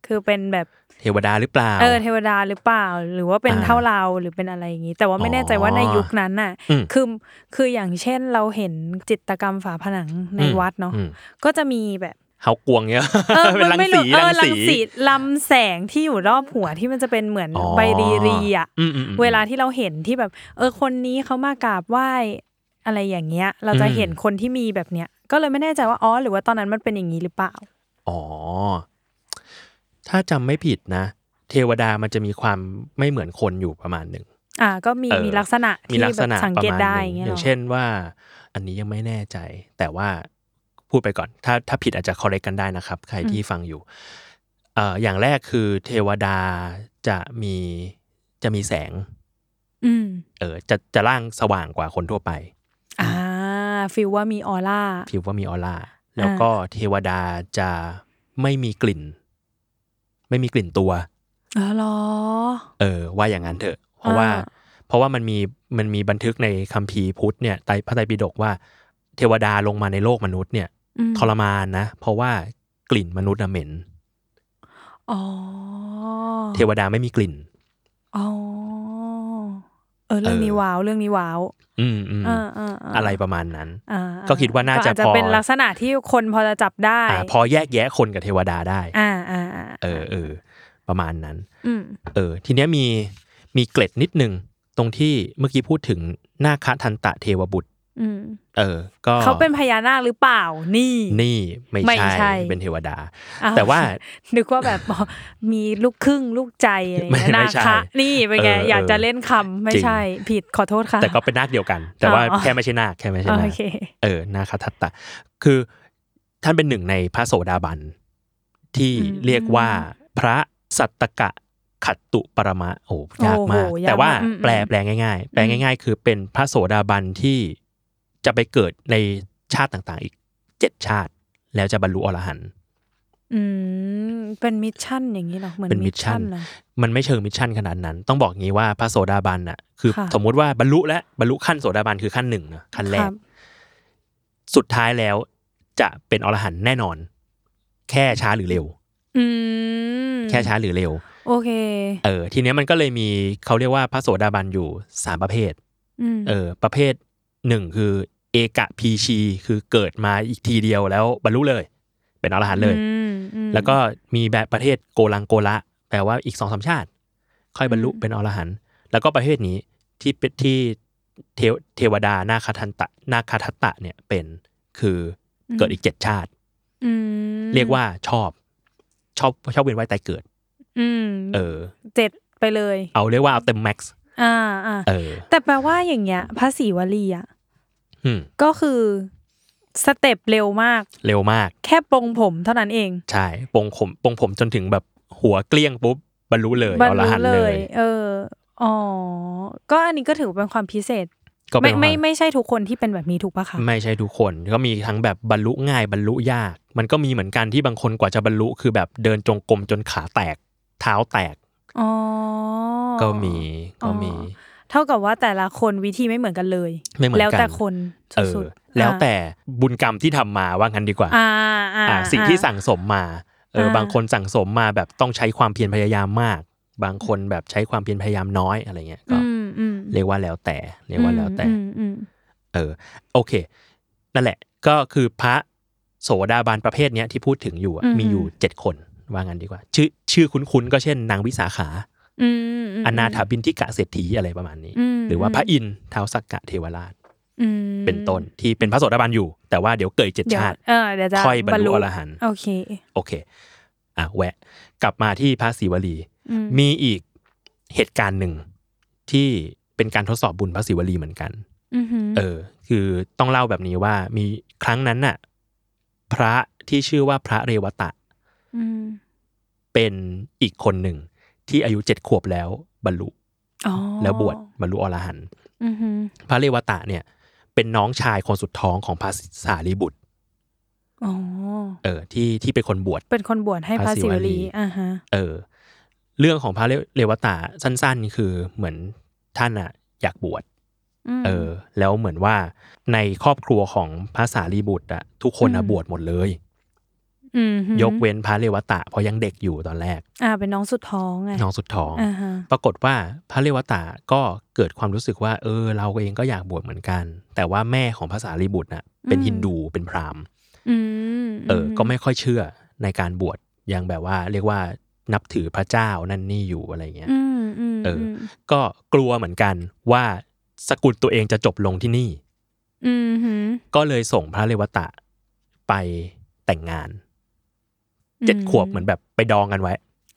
C: คือเป็นแบบ
B: เทวดาหรือเปล่า
C: เออเทวดาหรือเปล่า หรือว่าเป็น
B: อ่า
C: เท่าเราหรือเป็นอะไรอย่างนี้ แต่ว่าไม่แน่ใจว่าในยุคนั้นน่ะ
B: อืม
C: คือคืออย่างเช่นเราเห็นจิตรกรรมฝาผนังในวัดเนาะ
B: อืม
C: ก็จะมีแบบ
B: เฮากวงเนี้ย
C: เอ อ
B: เป็น
C: มัน
B: รัง
C: ไม่
B: สี
C: รู้เอ
B: รั
C: อง รั
B: สี
C: งสีลำแสงที่อยู่รอบหัวที่มันจะเป็นเหมือน
B: อ๋อ
C: ใบรีรีอ่ะ
B: อืมอืมอืม
C: เวลาที่เราเห็นที่แบบ เออคนนี้เขามากราบไหว้อะไรอย่างเงี้ย เราจะ
B: อืม
C: เห็นคนที่มีแบบเนี้ย ก็เลยไม่แน่ใจว่าอ๋อหรือว่าตอนนั้นมันเป็นอย่างนี้หรือเปล่า
B: อ๋อ ถ้าจำไม่ผิดนะ เทวดามันจะมีความไม่เหมือนคนอยู่ประมาณหนึ่ง
C: อ่า ก็มี
B: เออ
C: มีลักษณะ
B: มี
C: ที่
B: ลัก
C: แบ
B: ษ
C: บ
B: ณะ
C: สัง
B: ประ
C: เกต
B: มาณ
C: ได้
B: ห
C: อ
B: นึ่
C: ย่าง งเงี้ย
B: อ
C: หรอย่าง
B: เช่นว่า อันนี้ยังไม่แน่ใจ แต่ว่าพูดไปก่อน ถ้าถ้าผิดอาจจะ correct กันได้นะครับ ใครที่ฟังอยู่เอ่ออย่างแรกคือเทวดาจะมีจะมีแสง
C: อืม
B: เออจะจะร่างสว่างกว่าคนทั่วไป
C: อ่าฟิลว่ามีออร่า
B: พิวว่ามีออร่าแล้วก็เทวดาจะไม่มีกลิ่น ไม่มีกลิ่นตัว
C: อ๋อเหรอ
B: เออว่าอย่างนั้นเถอะ เพราะว่า
C: อ่า
B: เพราะว่ามันมีมันมีบันทึกในคัมภีร์พุทธเนี่ยไตรพระไตรปิฎกว่า เทวดาลงมาในโลกมนุษย์เนี่ย
C: อืม
B: ทรมานนะ เพราะว่ากลิ่นมนุษย์น่ะเหม็น
C: อ๋อ
B: เทวดาไม่มีกลิ่น
C: อ๋อเออเรื่องนี้
B: เออ
C: ว้าวเรื่องนี้ว้าว
B: อืมอืม
C: อ่าอ่าา
B: อะไรประมาณนั้น
C: อ่า
B: ก็คิดว่าน่าจะ
C: ก็อาจจะ
B: พอ
C: เป็นลักษณะที่คนพอจะจับได้
B: อ่าพอแยกแยะคนกับเทวดาได้
C: อ่าอ่าา
B: เออเออประมาณนั้น
C: อืม
B: เออ ทีเนี้ยมีมีเกล็ดนิดนึง ตรงที่เมื่อกี้พูดถึงนาคทันตะเทวบุตร
C: อืม
B: เออ ก็
C: เขาเป็นพญานาคหรือเปล่านี่
B: นี่ไม่
C: ไม่
B: ใช่
C: ใช่
B: เป็นเทวดา
C: อ้
B: แต่ว่า
C: นึกว่าแบบ มีลูกครึ่งลูกใจอะไรอย่างเงี้ย
B: ไม่
C: นา
B: ไม่ใช่
C: คะนี่เป็นไง
B: เออเอออย
C: อากจะเล่นคำไม่
B: จริง
C: ใช่ ผิดขอโทษค่ะ
B: แต่ก็เป็นนาคเดียวกัน แต่ว่า
C: อ๋อ
B: แค่ไม่ใช่นาคแค่ไม่ใช่นา
C: โอ
B: ค
C: เค
B: เออ นาคทัตตะ คือท่านเป็นหนึ่งในพระโสดาบัน ที่
C: อืม
B: เรียกว่าพระสัตตกะขัตตุปรมะ โอ้ยากมาก
C: โอ้โหยากมาก
B: แต่ว่า
C: อืม
B: แปลแปลง่าย ๆ แปล
C: อืม
B: ง่าย ๆ คือเป็นพระโสดาบันที่จะไปเกิดในชาติต่างๆ อีกเจ็ดชาติ แล้วจะบรรลุอรหันต์
C: อืมเป็นมิชชั่นอย่างนี้เหรอเหมือน
B: เป็นมิ
C: มิ
B: ช
C: ช
B: ชั่
C: ชั่
B: น
C: นนะ
B: มันไม่เชิงมิชชั่นขนาดนั้น ต้องบอกงี้ว่าพระโสดาบันอ่ะ คือ
C: ค่ะ
B: สมมุติว่าบรรลุแล้วบรรลุขั้นโสดาบันคือขั้นหนึ่งนะขั้นแร
C: ค
B: ก
C: บ
B: สุดท้ายแล้วจะเป็นอรหันต์แน่นอน แค่ช้าหรือเร็ว
C: อืม
B: แค่ช้าหรือเร็ว
C: โอเค
B: เออ ทีเนี้ยมันก็เลยมีเขาเรียกว่าพระโสดาบันอยู่สามประเภท
C: อืม
B: เออ ประเภทหนึ่งคือเอกะพีชี คือเกิดมาอีกทีเดียวแล้วบรรลุเลย เป็นอรหันต์เลย
C: อืมอืม
B: แล้วก็มีแบบประเภทโกลังโกละ แปลว่าอีกสองสามชาติ ค่อยบรรลุ
C: อืม
B: เป็นอรหันต์แล้วก็ประเภทนี้ที่เป็นที่เทวเทวดานาคาทันตะนาคาทัตตะเนี่ยเป็นคือเกิดอีกเจ็ดชาติ
C: อืม
B: เรียกว่าชอบชอบชอบเวียนว่ายตายเกิด
C: อืม
B: เออ
C: เจ็ดไปเลย
B: เอาเรียกว่าเอาเต็มแม็กซ์
C: อ่าอ่า
B: เออ
C: แต่แปลว่าอย่างเงี้ยพระศรีวลีอ่ะ
B: อืม
C: ก็คือสเต็ปเร็วมาก
B: เร็วมาก
C: แค่ปรงผมเท่านั้นเอง
B: ใช่ปรงผมปรงผมจนถึงแบบหัวเกลี้ยงปุ๊บบรรลุเลย
C: บรร
B: อร
C: ลุ
B: หันต์
C: เล
B: เลย ย
C: เอออ๋อก็อันนี้ก็ถือเป็นความพิเศษ
B: ก็เป็
C: ไม่
B: นว่า
C: ไม่ไม่ใช่ทุกคนที่เป็นแบบนี้ถูกปะคะ
B: ไม่ใช่ทุกคนก็มีทั้งแบบบรรลุง่ายบรรลุยาก มันก็มีเหมือนกันที่บางคนกว่าจะบรรลุคือแบบเดินจงกรมจนขาแตก เท้าแตก
C: อ๋อ
B: ก็มีก็มี
C: อ๋อ เท่ากับว่าแต่ละคนวิธีไม่เหมือนกันเลย
B: ไม่เหมือนกัน
C: แล้วแต่คน
B: เออ
C: สุดๆ
B: แล้วแต่บุญกรรมที่ทำมาว่างั้นดีกว่า
C: อ่าอ่า
B: อ่า
C: อ่า
B: สิ่งที่สั่งสมมาเออ
C: อ่า
B: บางคนสั่งสมมาแบบต้องใช้ความเพียรพยายามมาก บางคนแบบใช้ความเพียรพยายามน้อยอะไรเงี้ยก็
C: อืมอืม
B: เรียกว่าแล้วแต่เรียกว่าแล้วแต่
C: อืมอืม
B: เออโอเค นั่นแหละก็คือพระโสดาบันประเภทเนี้ยที่พูดถึงอยู่อะมีอยู่เจ็ดคนว่างั้นดีกว่า ชื่อชื่อคุ้นๆก็เช่นนางวิสาขา
C: อืมมม
B: อนาถาบินทิกะเศรษฐีอะไรประมาณนี้
C: ม
B: หรือว่าพระอินทร์ท้าวสักกะเทวราช
C: อืม
B: เป็นต้นที่เป็นพระโสดาบันอยู่ แต่ว่าเดี๋ยวเกิดเจ็ด
C: เดี๋ยว
B: ชาติ
C: เออเดี๋ยวจะ
B: ค่อยบรรลุอรหันต์
C: โอเค
B: โอเค อ่ะแวะ กลับมาที่พระศิวลี
C: อืม
B: มีอีกเหตุการณ์หนึ่งที่เป็นการทดสอบบุญพระศิวลีเหมือนกัน
C: อหือ
B: เออ คือต้องเล่าแบบนี้ว่ามีครั้งนั้นน่ะ พระที่ชื่อว่าพระเรวตะ
C: ม
B: เป็นอีกคนหนึ่ง ที่อายุเจ็ดขวบแล้วบรรลุ
C: อ๋อ
B: แล้วบวชบรรลุอรหันต์
C: อือหือ
B: พระเรวตะเนี่ย เป็นน้องชายคนสุดท้องของพระสารีบุตร
C: อ๋อ
B: เออ ที่ที่เป็นคนบวช
C: เป็นคนบวชให้พ
B: พ
C: ระ
B: ระ
C: ศิว
B: ศิวลี
C: ลีอ่าฮะ
B: เออเรื่องของพระเรวตะสั้นๆ คือเหมือนท่านอะอยากบวช
C: ม
B: เออ แล้วเหมือนว่าในครอบครัวของพระสารีบุตรอะทุกคนอะ
C: อืม
B: บวชหมดเลย
C: มหือย
B: กเว้นพระเรวตะเพราะยังเด็กอยู่ตอนแรก
C: อ่า เป็นน้องสุดท้องไง
B: น้องสุดท้อง
C: อ่าฮะ
B: ปรากฏว่าพระเรวตะก็เกิดความรู้สึกว่า เออ เราเองก็อยากบวชเหมือนกัน แต่ว่าแม่ของพระสารีบุตรน่ะเป็นฮินดูเป็นพราหมณ์
C: อืม
B: เออ ก็ไม่ค่อยเชื่อในการบวชยังแบบว่า เรียกว่านับถือพระเจ้านั่นนี่อยู่อะไรเงี้ย
C: อืมอืม
B: เออ
C: ม
B: ก็กลัวเหมือนกันว่าสกุลตัวเองจะจบลงที่นี่
C: อืมหือ
B: ก็เลยส่งพระเลวตะไปแต่งงานเจ็ดขวบเหมือนแบบไปดองกันไว้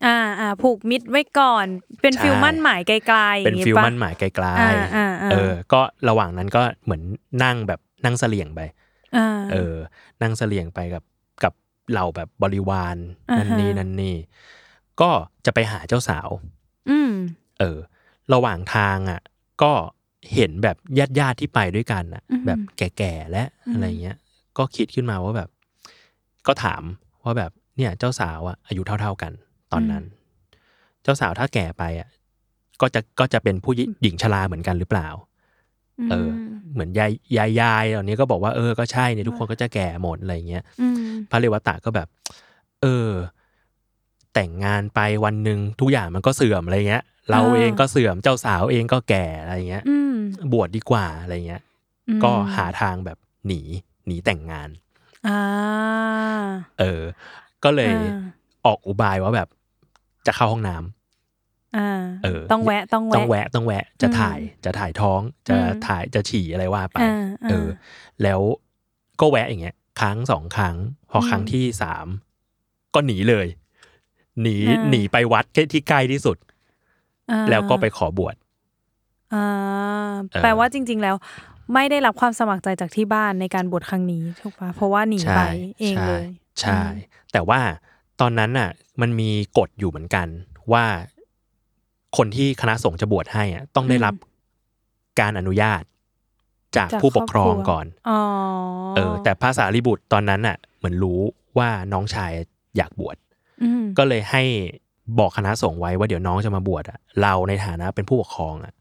C: อ่าอ่าผูกมิตรไว้ก่อน เป็น
B: ใช่
C: ฟิลมั่นหมายไกลๆอ
B: เป็น
C: ย่างงี้
B: ฟิล
C: ปะ
B: มั่นหมายไกล
C: อ่าอ่าอ่า
B: ๆเออ ก็ระหว่างนั้นก็เหมือนนั่งแบบนั่งเสลี่ยงไป
C: อ่า
B: เออ นั่งเสลี่ยงไปกับกับเหล่าแบบบริวาร
C: อ่า
B: นั่นนี่
C: ฮะ
B: นั่นนี่ก็จะไปหาเจ้าสาว
C: อืม
B: เออ ระหว่างทางอ่ะ ก็เห็นแบบญาติญาติๆที่ไปด้วยกันอ่ะ แบบแก่ๆและอะไรเงี้ย ก็คิดขึ้นมาว่าแบบ ก็ถามว่าแบบเนี่ย เจ้าสาวอ่ะอายุเท่า ๆกัน ตอนนั้น เจ้าสาวถ้าแก่ไปอ่ะ ก็จะก็จะเป็นผู้หญิงหญิงชราเหมือนกันหรือเปล่า เออ เหมือนยายยายยายเหล่านี้ก็บอกว่าเออก็ใช่เนี่ยทุกคนก็จะแก่หมดอะไรเงี้ย
C: ม
B: พระเรวตะก็แบบ เออ แต่งงานไปวันหนึ่งทุกอย่างมันก็เสื่อมอะไรเงี้ย เราเองก็เสื่อมเจ้าสาวเองก็แก่อะไรเงี้ย
C: อืม
B: บวชดีกว่าอะไรเงี้ย
C: อืม
B: ก็หาทางแบบหนีหนีแต่งงาน
C: อ่า
B: เออ ก็เลย
C: อ่า
B: ออกอุบายว่าแบบจะเข้าห้องน้ำ
C: อ่า
B: เออ
C: ต้องแวะต้องแวะ
B: ต้องแวะต้องแวะจะถ่ายจะถ่ายท้องจะ
C: อืม
B: ถ่ายจะฉี่อะไรว่าไป
C: อ่าอ่า
B: เออ แล้วก็แวะอย่างเงี้ย ครั้งสองครั้ง พออ
C: ม
B: ครั้งที่สามก็หนีเลย หนี
C: อ่า
B: หนีไปวัดที่ที่ใกล้ที่สุด
C: อ่า
B: แล้วก็ไปขอบวช
C: อ่า
B: เออ
C: แปลว่าจริง ๆ แล้ว ไม่ได้รับความสมัครใจจากที่บ้านในการบวชครั้งนี้ถูกปะเพราะว่าหนีไป
B: ใช่
C: เองเล
B: ใช่
C: ย
B: ใช่ แต่ว่าตอนนั้นน่ะ มันมีกฎอยู่เหมือนกันว่า คนที่คณะสงฆ์จะบวชให้อ่ะต้องได้รับการอนุญาต จาก
C: จาก
B: ผู้ปกครอง
C: ว
B: ก่อน
C: อ๋อ
B: เออแต่ภาษาลิบุตรตอนนั้นน่ะเหมือนรู้ว่าน้องชายอยากบวช
C: อืม
B: ก็เลยให้บอกคณะสงฆ์ไว้ว่าเดี๋ยวน้องจะมาบวชอ่ะเราในฐานะเป็นผู้ปกครองอ่ะ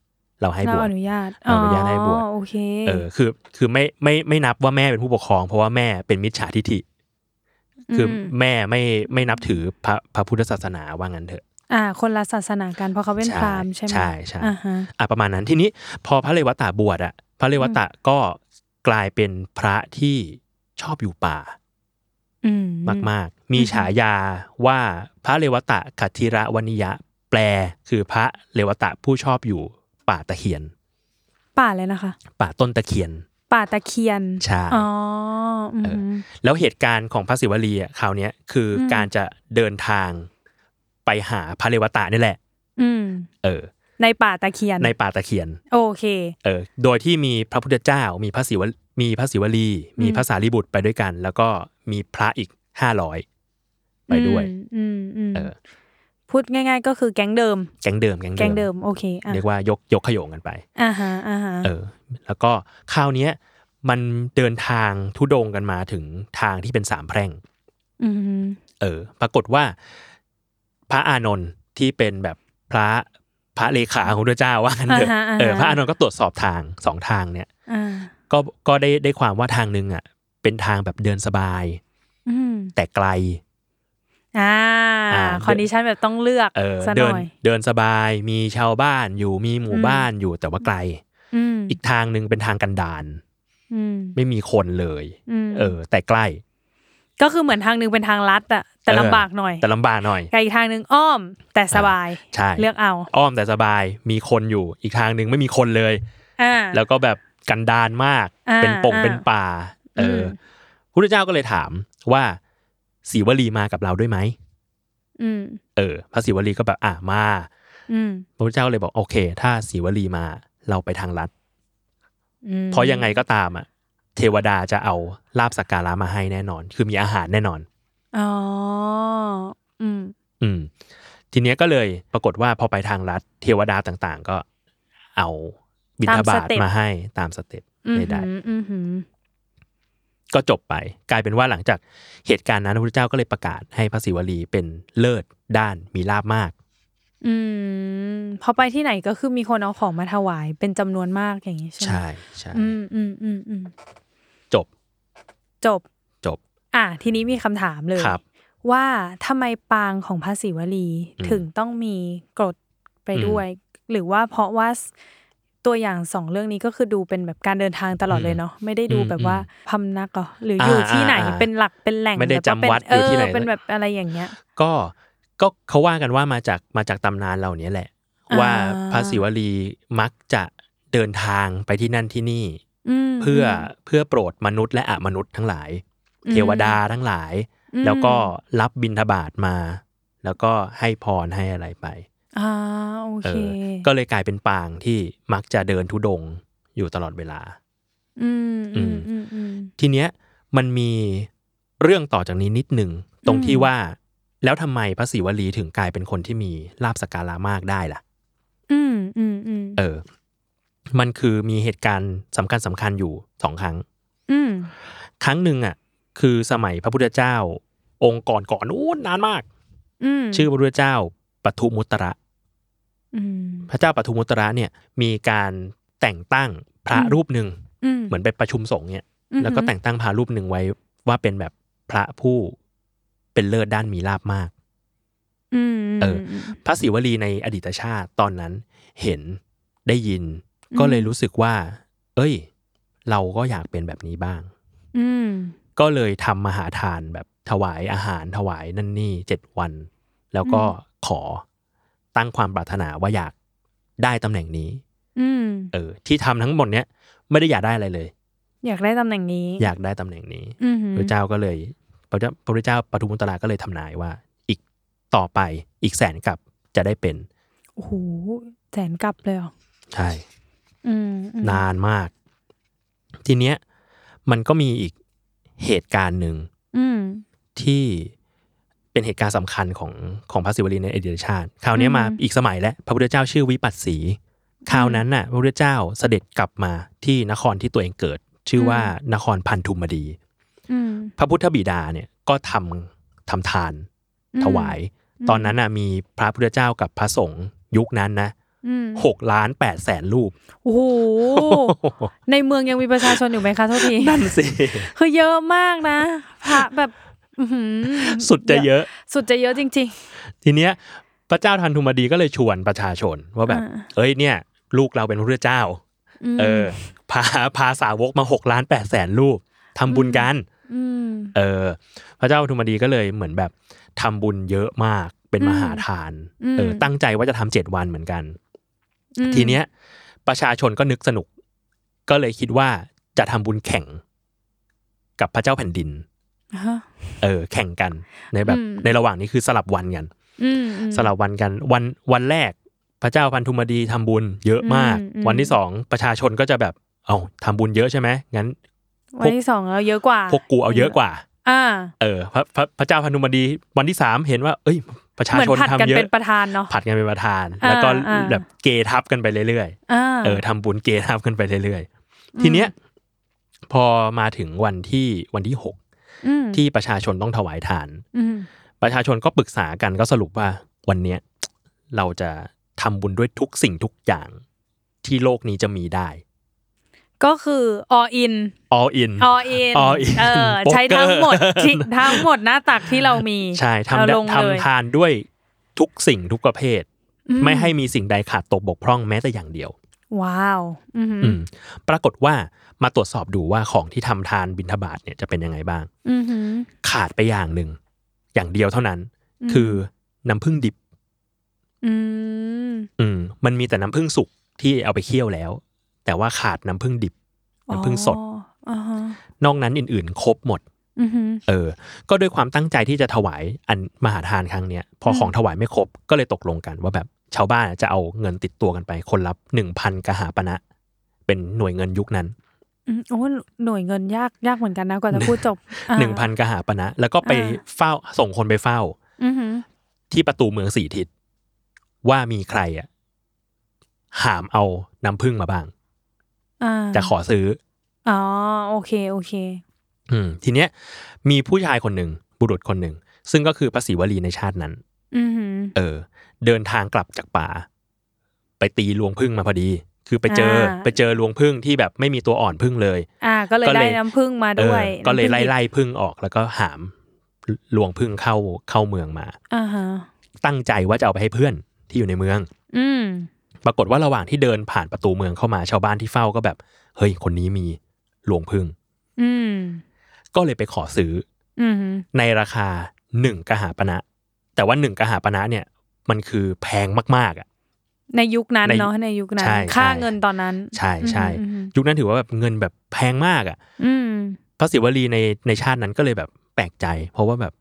B: เราให้
C: เรา
B: บว
C: อ
B: ช
C: นุญาต
B: เราอนุญาตให้บวช
C: โอเค
B: เออคือคือไม่ไม่ไม่นับว่าแม่เป็นผู้ปกครอง เพราะว่าแม่เป็นมิจฉาทิฐิ คือ
C: ม
B: แม่ไม่ไม่นับถือพระพระพุทธศาสนาว่างั้นเถอะ
C: อ่า คนละศาสนากันเพราะเขาเป็น
B: ใช่
C: พราหมณ์ใช่ไหม
B: ใช่ใช่
C: อ่าฮะ
B: อ่ะประมาณนั้นทีนี้พอพระเรวัตะบวชอ่ะพระเรวัตะก็กลายเป็นพระที่ชอบอยู่ป่า
C: อืม
B: มาก ๆ มี
C: อืม
B: ฉายาว่าพระเรวตะขัทธิระวนิยะ แปลคือพระเรวตะผู้ชอบอยู่ป่าตะเคียน
C: ป่าเลยนะคะ
B: ป่าต้นตะเคียน
C: ป่าตะเคียน
B: ใช่
C: อ๋ออืม
B: เอ แล้วเหตุการณ์ของพระศิวลีอ่ะคราวเนี้ยคืออ
C: ม
B: การจะเดินทางไปหาพระเรวตะนี่แหละ
C: อืม
B: เออ
C: ในป่าตะเคียน
B: ในป่าตะเคียน
C: โอเค
B: เออ โดยที่มีพระพุทธเจ้า มีพระศิวมีพระศิวลี มี
C: อืม
B: พระสารีบุตรไปด้วยกัน แล้วก็มีพระอีกห้าร้อยไปด้วย
C: อืมอืม
B: เอ
C: อืม
B: อ
C: พูดง่าย ๆ ก็คือแก๊งเดิม
B: แก๊งเดิม
C: แก๊งเดิม โอเคอ่ะ
B: เรียกว่ายกยกขโยงกันไป
C: อ่าฮะอ่าฮะ
B: เออ แล้วก็คราวเนี้ยมันเดินทางทุดงกันมาถึงทางที่เป็นสามแพร่ง
C: อืม
B: เออ ปรากฏว่า พระอานนท์ที่เป็นแบบพระพระเลขาของพระเจ้าว่ากัน
C: อ่า
B: เถอะ
C: ฮะาฮ
B: เออพระอานนท์ก็ตรวจสอบทางสองทางเนี่ย
C: อ่า
B: ก็ก็ได้ได้ความว่าทางหนึงอ่ะ เป็นทางแบบเดินสบาย
C: อืม
B: แต่ไกล
C: อ่า
B: อ่า
C: คอนดิชันแบบต้องเลือก
B: เออ
C: ซะห
B: เดิ
C: น่
B: น
C: อย
B: เดินสบายมีชาวบ้านอยู่มีหมู่บ้านอยู่แต่ว่าไกล
C: อืม
B: อีกทางหนึ่งเป็นทางกันดาร
C: อืม
B: ไม่มีคนเลย
C: อืม
B: เออ แต่ใกล้
C: ก็คือเหมือนทางหนึงเป็นทางลัดอะแต่
B: เออ
C: ลำบากหน่อย
B: แต่ลำบากหน่อย
C: กับอีกทางหนึงอ้อม แต่สบาย
B: ใช่
C: เลือกเอา
B: อ้อมแต่สบายมีคนอยู่อีกทางหนึ่งไม่มีคนเลย
C: อ่า
B: แล้วก็แบบกันดานมาก
C: อ่า
B: เป็นป่ง
C: อ่า
B: เป็นป่า เอออ
C: ม
B: พุทธเจ้าก็เลยถามว่าสีวลีมากับเราด้วยไหม
C: อืม
B: เออ พระศิวลีก็แบบอ่ะมา
C: อืม
B: พระพุทธเจ้าเลยบอกโอเค ถ้าศิวลีมาเราไปทางลัด
C: ม
B: เพราะยังไงก็ตามอ่ะเทวดาจะเอาลาบสักการะมาให้แน่นอน คือมีอาหารแน่นอน
C: อ๋ออืม
B: อืม ทีเนี้ยก็เลยปรากฏว่าพอไปทางรัฐเทวดาต่างๆ ก็เอาบิณฑบา
C: ตามส
B: ต
C: เต็ป
B: มาให้ตามสเต็ป
C: อืม
B: ใด
C: อืมอืม
B: ๆก็จบไป กลายเป็นว่าหลังจากเหตุการณ์นั้นพระพุทธเจ้าก็เลยประกาศให้พระศิวลีเป็นเลิศด้านมีลาบมาก
C: อืมพอไปที่ไหนก็คือมีคนเอาของมาถวายเป็นจำนวนมากอย่างนี้ใช่ไหม
B: ใช่ใช่
C: อืมอืมอืมอืม
B: จบ
C: จบ
B: จบ
C: อ่ะทีนี้มีคำถามเลย
B: ครับ
C: ว่าทำไมปางของพระศิวลี
B: อืม
C: ถึงต้องมีกรดไปด้วย หรือว่าเพราะว่าตัวอย่างสองเรื่องนี้ก็คือดูเป็นแบบการเดินทางตลอดเลยเนาะไม่ได้ดู
B: อืม
C: แบบว่าพำนักเหรอหรืออา อยู่ที่ไหน
B: อ่า
C: เป็นหลักเป็นแหล่ง
B: ไม่ได้
C: แบบาเป็น
B: จำวัด
C: เอ
B: อยู่ที่
C: อ
B: ไหน
C: เป็นแบบอะไรอย่างเงี้ย
B: ก็ก็เขาว่ากันว่ามาจากมาจากตำนานเหล่านี้แหละ
C: อ่า
B: ว่าพระศิวลีมักจะเดินทางไปที่นั่นที่นี่
C: ม
B: เพื่อ
C: ม
B: เพื่อโปรดมนุษย์และอมนุษย์ทั้งหลาย
C: อืม
B: เทวดาทั้งหลาย
C: อืม
B: แล้วก็รับบิณฑบาตมา แล้วก็ให้พรให้อะไรไป
C: อ่าโอ
B: เอ
C: เค
B: อ ก็เลยกลายเป็นปางที่มักจะเดินทุดงค์อยู่ตลอดเวลา
C: อืมอืมอืมอืม
B: ทีเนี้ยมันมีเรื่องต่อจากนี้นิดหนึ่งตรง
C: อืม
B: ที่ว่าแล้วทำไมพระศิวลีถึงกลายเป็นคนที่มีลาบสกการะมากได้ล่ะ
C: อืมอืมอืม
B: เออ มันคือมีเหตุการณ์สำคัญสำคัญๆอยู่สองครั้ง
C: อืม
B: ครั้งหนึ่งอ่ะคือสมัยพระพุทธเจ้า องค์ก่อนก่อนนู้นนานมาก
C: อืม
B: ชื่อพระพุทธเจ้าปทุมุตระ
C: ม
B: พระเจ้าปทุมุตระเนี่ยมีการแต่งตั้งพระ
C: อืม
B: รูปหนึ่ง
C: อืม
B: เหมือนไปประชุมสงฆ์เนี่ย
C: อืม
B: แล้วก็แต่งตั้งพระรูปหนึ่งไว้ว่าเป็นแบบพระผู้เป็นเลิศด้านมีลาบมาก
C: อืม
B: เออ พระศิวลีในอดีตชาติตอนนั้นเห็นได้ยิน ก็เลยรู้สึกว่า เอ้ย เราก็อยากเป็นแบบนี้บ้าง
C: อืม
B: ก็เลยทำมหาทานแบบถวายอาหารถวายนั่นนี่เจ็ดวัน แล้วก็ขอตั้งความปรารถนาว่าอยากได้ตำแหน่งนี้
C: อืม
B: เออ ที่ทำทั้งหมดเนี้ยไม่ได้อยากได้อะไรเลย
C: อยากได้ตำแหน่งนี้
B: อยากได้ตำแหน่งนี้
C: อืม
B: พระเจ้าก็เลยพระเจ้าพระพุทธเจ้าปทุมมุตราก็เลยทำนายว่า อีกต่อไปอีกแสนกับจะได้เป็น
C: โอ้โหแสนกลับเลยเหรอ
B: ใช่
C: อืมอืม
B: นานมาก ทีเนี้ยมันก็มีอีกเหตุการณ์หนึ่ง
C: อืม
B: ที่เป็นเหตุการณ์สำคัญของของพระศิวลีในอดีตชาติ คราวเนี้ยมา
C: อืม
B: อีกสมัยแล้วพระพุทธเจ้าชื่อวิปัสสี คราวนั้นน่ะพระพุทธเจ้าเสด็จกลับมาที่นครที่ตัวเองเกิด ชื่อว่านครพันธุมดี
C: อืม
B: พระพุทธบิดาเนี่ยก็ทำทำทาน
C: อืม
B: ถวาย
C: อืม
B: ตอนนั้นน่ะมีพระพุทธเจ้ากับพระสงฆ์ยุคนั้นนะ
C: อืม
B: หกล้านแปดแสนรูป
C: โอ้โห ในเมืองยังมีประชาชนอยู่ไหมคะโทษที
B: นั่นสิ
C: คือเยอะมากนะพระแบบอื้อหือ
B: สุดจะเยอะ
C: สุดจะเยอะจริง
B: ทีเนี้ยพระเจ้าทันทุมดีก็เลยชวนประชาชนว่าแบบ
C: อ่า
B: เอ้ยเนี่ย ลูกเราเป็นพระพุทธเจ้า
C: ๆม
B: เออพาพาสาวกมาหกล้านแปดแสนรูปทำบุญกัน
C: ม
B: เออ พระเจ้าทันทุมดีก็เลยเหมือนแบบทำบุญเยอะมากเป็นมหาทาน เออ ตั้งใจว่าจะทำเจ็ดวันเหมือนกัน
C: อืม
B: ทีเนี้ยประชาชนก็นึกสนุก ก็เลยคิดว่าจะทำบุญแข่งกับพระเจ้าแผ่นดิน
C: ฮะ
B: เออ แข่งกันในแบบ
C: อืม
B: ในระหว่างนี้คือสลับวันกัน
C: อืมอืม
B: สลับวันกันวันวันแรกพระเจ้าพันธุมดีทำบุญเยอะมาก
C: อืมอืม
B: วันที่สองประชาชนก็จะแบบ เอาทำบุญเยอะใช่ไหมงั้น
C: วันที่สองเราเยอะกว่า
B: พวกกูเอาเยอะกว่า
C: อ่า
B: เออพระพระพระเจ้าพันธุมดีวันที่สามเห็นว่า เอ้ย ประชา
C: เหมือน
B: ชน
C: ผัด
B: ทำ
C: กัน
B: เย
C: เป็
B: อะ
C: นประธานเนาะ
B: ผัดกันเป็นประธาน
C: อ่า
B: แล้วก็
C: อ่า
B: แบบเกทับกันไปเรื่อยๆ
C: อ่า
B: เออทำบุญเกทับกันไปเรื่อยๆ ทีเนี้ยพอมาถึงวันที่วันที่หก
C: ม
B: ที่ประชาชนต้องถวายทาน
C: อืม
B: ประชาชนก็ปรึกษากันก็สรุปว่าวันเนี้ยเราจะทำบุญด้วยทุกสิ่งทุกอย่าง ที่โลกนี้จะมีได้
C: ก็คือ all in
B: all in
C: all in
B: all in
C: เอ อ
B: Poker
C: ใช้ทั้งหมด ที่ทั้งหมดหน้าตักที่เรามี
B: ใช่
C: เรา
B: ทำได้
C: ลงเลย
B: ทำทานด้วยทุกสิ่งทุกประเภท
C: อื
B: ไม่ให้มีสิ่งใดขาดตกบกพร่องแม้แต่อย่างเดียว
C: ว้าว อืม
B: อืมปรากฏว่ามาตรวจสอบดูว่าของที่ทำทานบิณฑบาตเนี่ยจะเป็นยังไงบ้าง
C: อืม
B: ขาดไปอย่างหนึ่ง อย่างเดียวเท่านั้น คือน้ำผึ้งดิบ
C: อืม
B: อืมมันมีแต่น้ำผึ้งสุกที่เอาไปเคี่ยวแล้ว แต่ว่าขาดน้ำผึ้งดิบ น้ำผึ้งสด
C: อ๋ออ่าฮะ
B: นอกนั้นอื่นๆ ครบหมด
C: อืมฮึ
B: เออ ก็ด้วยความตั้งใจที่จะถวายอันมหาทานครั้งเนี้ยพออ
C: ม
B: ของถวายไม่ครบก็เลยตกลงกันว่าแบบชาวบ้านจะเอาเงินติดตัวกันไปคนรับหนึ่งพันกหาปณะ เป็นหน่วยเงินยุคนั้น
C: อืมโอ้หน่วยเงินยากยากเหมือนกันนะกว่าจะพูดจบอ่า
B: หนึ่งพันกหาปณะ แล้วก็ไป
C: อ่า
B: เฝ้าส่งคนไปเฝ้า
C: อือหือ
B: ที่ประตูเมืองสี่ทิศว่ามีใครอะหามเอาน้ำผึ้งมาบ้าง
C: อ่า
B: จะขอซื้อ
C: อ๋อโอเคโอเค
B: อืมทีเนี้ยมีผู้ชายคนหนึ่งบุรุษคนหนึ่ง ซึ่งก็คือพระศิวลีในชาตินั้น
C: อือหือ
B: เออ เดินทางกลับจากป่า ไปตีรวงผึ้งมาพอดี คือไปเจอ
C: อ่า
B: ไปเจอรวงผึ้งที่แบบไม่มีตัวอ่อนผึ้งเลย
C: อ่า ก็เลย
B: ก็เลย
C: ได้น้ำผึ้งมา
B: เอ
C: ด้ว
B: อย ก็เลยไล่
C: น้ำผึ้งดิบ
B: ไล่ผึ้งออกแล้วก็หามรวงผึ้งเข้าเข้าเมืองมา
C: อ่าฮะ
B: ตั้งใจว่าจะเอาไปให้เพื่อนที่อยู่ในเมือง
C: อืม
B: ปรากฏว่าระหว่างที่เดินผ่านประตูเมืองเข้ามาชาวบ้านที่เฝ้าก็แบบ เฮ้ย คนนี้มีหลวงพึ่ง
C: อืม
B: ก็เลยไปขอซื้อ
C: อืม
B: ในราคาหนึ่งกหาปณะ แต่ว่าหนึ่งกหาปณะเนี่ย มันคือแพงมากๆอ่ะ
C: ในยุคนั้น
B: ใน
C: เนาะในยุคนั้น
B: ใช่
C: ค่า
B: ใช่
C: เงินตอนนั้น
B: ใช่ใช่
C: อืม
B: ยุคนั้นถือว่าแบบเงินแบบแพงมากอ่ะ
C: อืม
B: พระศิวลีในในชาตินั้นก็เลยแบบแปลกใจ เพราะว่าแบบ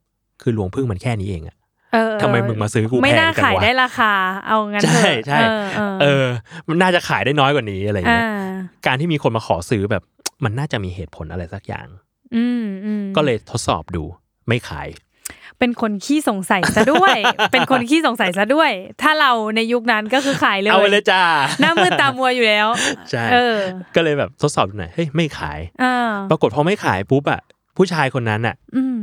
B: คือหลวงพึ่งมันแค่นี้เองอ่ะ
C: เออ
B: ทำไมมึงมาซื้อกู
C: ไม่
B: แพ
C: น่างขางยว
B: จัะ
C: ได้ราคา เอางั้น
B: ใช่
C: เถอะ
B: ใช่
C: เออ
B: เออ มันน่าจะขายได้น้อยกว่านี้อะไรอย่าง
C: อ่า
B: เงี้ย การที่มีคนมาขอซื้อแบบ มันน่าจะมีเหตุผลอะไรสักอย่าง
C: อืมอืม
B: ก็เลยทดสอบดูไม่ขาย
C: เป็นคนขี้สงสัยซะด้วย เป็นคนขี้สงสัยซะด้วย ถ้าเราในยุคนั้นก็คือขายเลย
B: เอาไปเลยจ้า
C: หน้ามืดตามัวอยู่แล้ว
B: ใช่
C: เออ
B: ก็เลยแบบทดสอบดูหน่อยเฮ้ยไม่ขาย
C: อ่า
B: ปรากฏพอไม่ขายปุ๊บอ่ะผู้ชายคนนั้นอ่ะ
C: อืม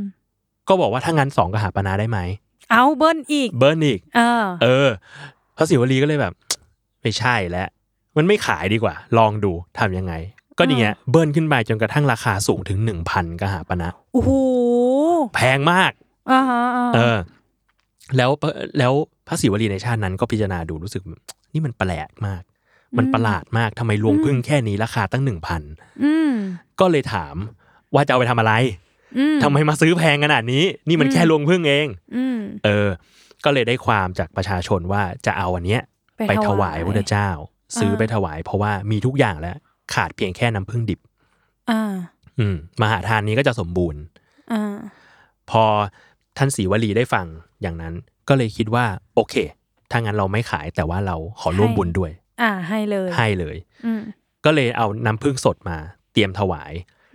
B: ก็บอกว่าถ้างั้นสองกหาปนาได้ไหม
C: เอาเบิ้ลอีก
B: เบิร์นอีก
C: เออ
B: เออพระศิวลีก็เลยแบบ ไม่ใช่แล้วมันไม่ขายดีกว่า ลองดูทำยังไง ก็อย่างเงี้ยเบิร์นขึ้นไปจนกระทั่งราคาสูงถึงหนึ่งพันกหาปณะ
C: โอ้โห
B: แพงมาก
C: อ่าฮะอ่าฮะ
B: เออ แล้วเอ่อแล้วพระศิวลีในชาตินั้นก็พิจารณาดูรู้สึก นี่มันแปลกมาก มันประหลาดมากทำไมลวงพึ่งแค่นี้ราคาตั้งหนึ่งพัน
C: อืม
B: ก็เลยถามว่าจะเอาไปทำอะไร
C: อืม
B: ทำไมมาซื้อแพงขนาดนี้ นี่มันแค่
C: อืม
B: ลวงพึ่งเอง
C: อืม
B: เออ ก็เลยได้ความจากประชาชนว่าจะเอาอันเนี้ย ไปถวายพระพุทธเจ้า ซื้อไปถวาย เพราะว่ามีทุกอย่างแล้ว ขาดเพียงแค่น้ำพึ่งดิบ
C: อ่า
B: อืมมหาทานนี้ก็จะสมบูรณ์
C: อ่า
B: พอท่านศรีวลีได้ฟังอย่างนั้น ก็เลยคิดว่า โอเคถ้างั้นเราไม่ขายแต่ว่าเราขอร่วมบุญด้วย
C: อ่าให้เลย
B: ให้เลย
C: อืม
B: ก็เลยเอาน้ำพึ่งสดมา เตรียมถวาย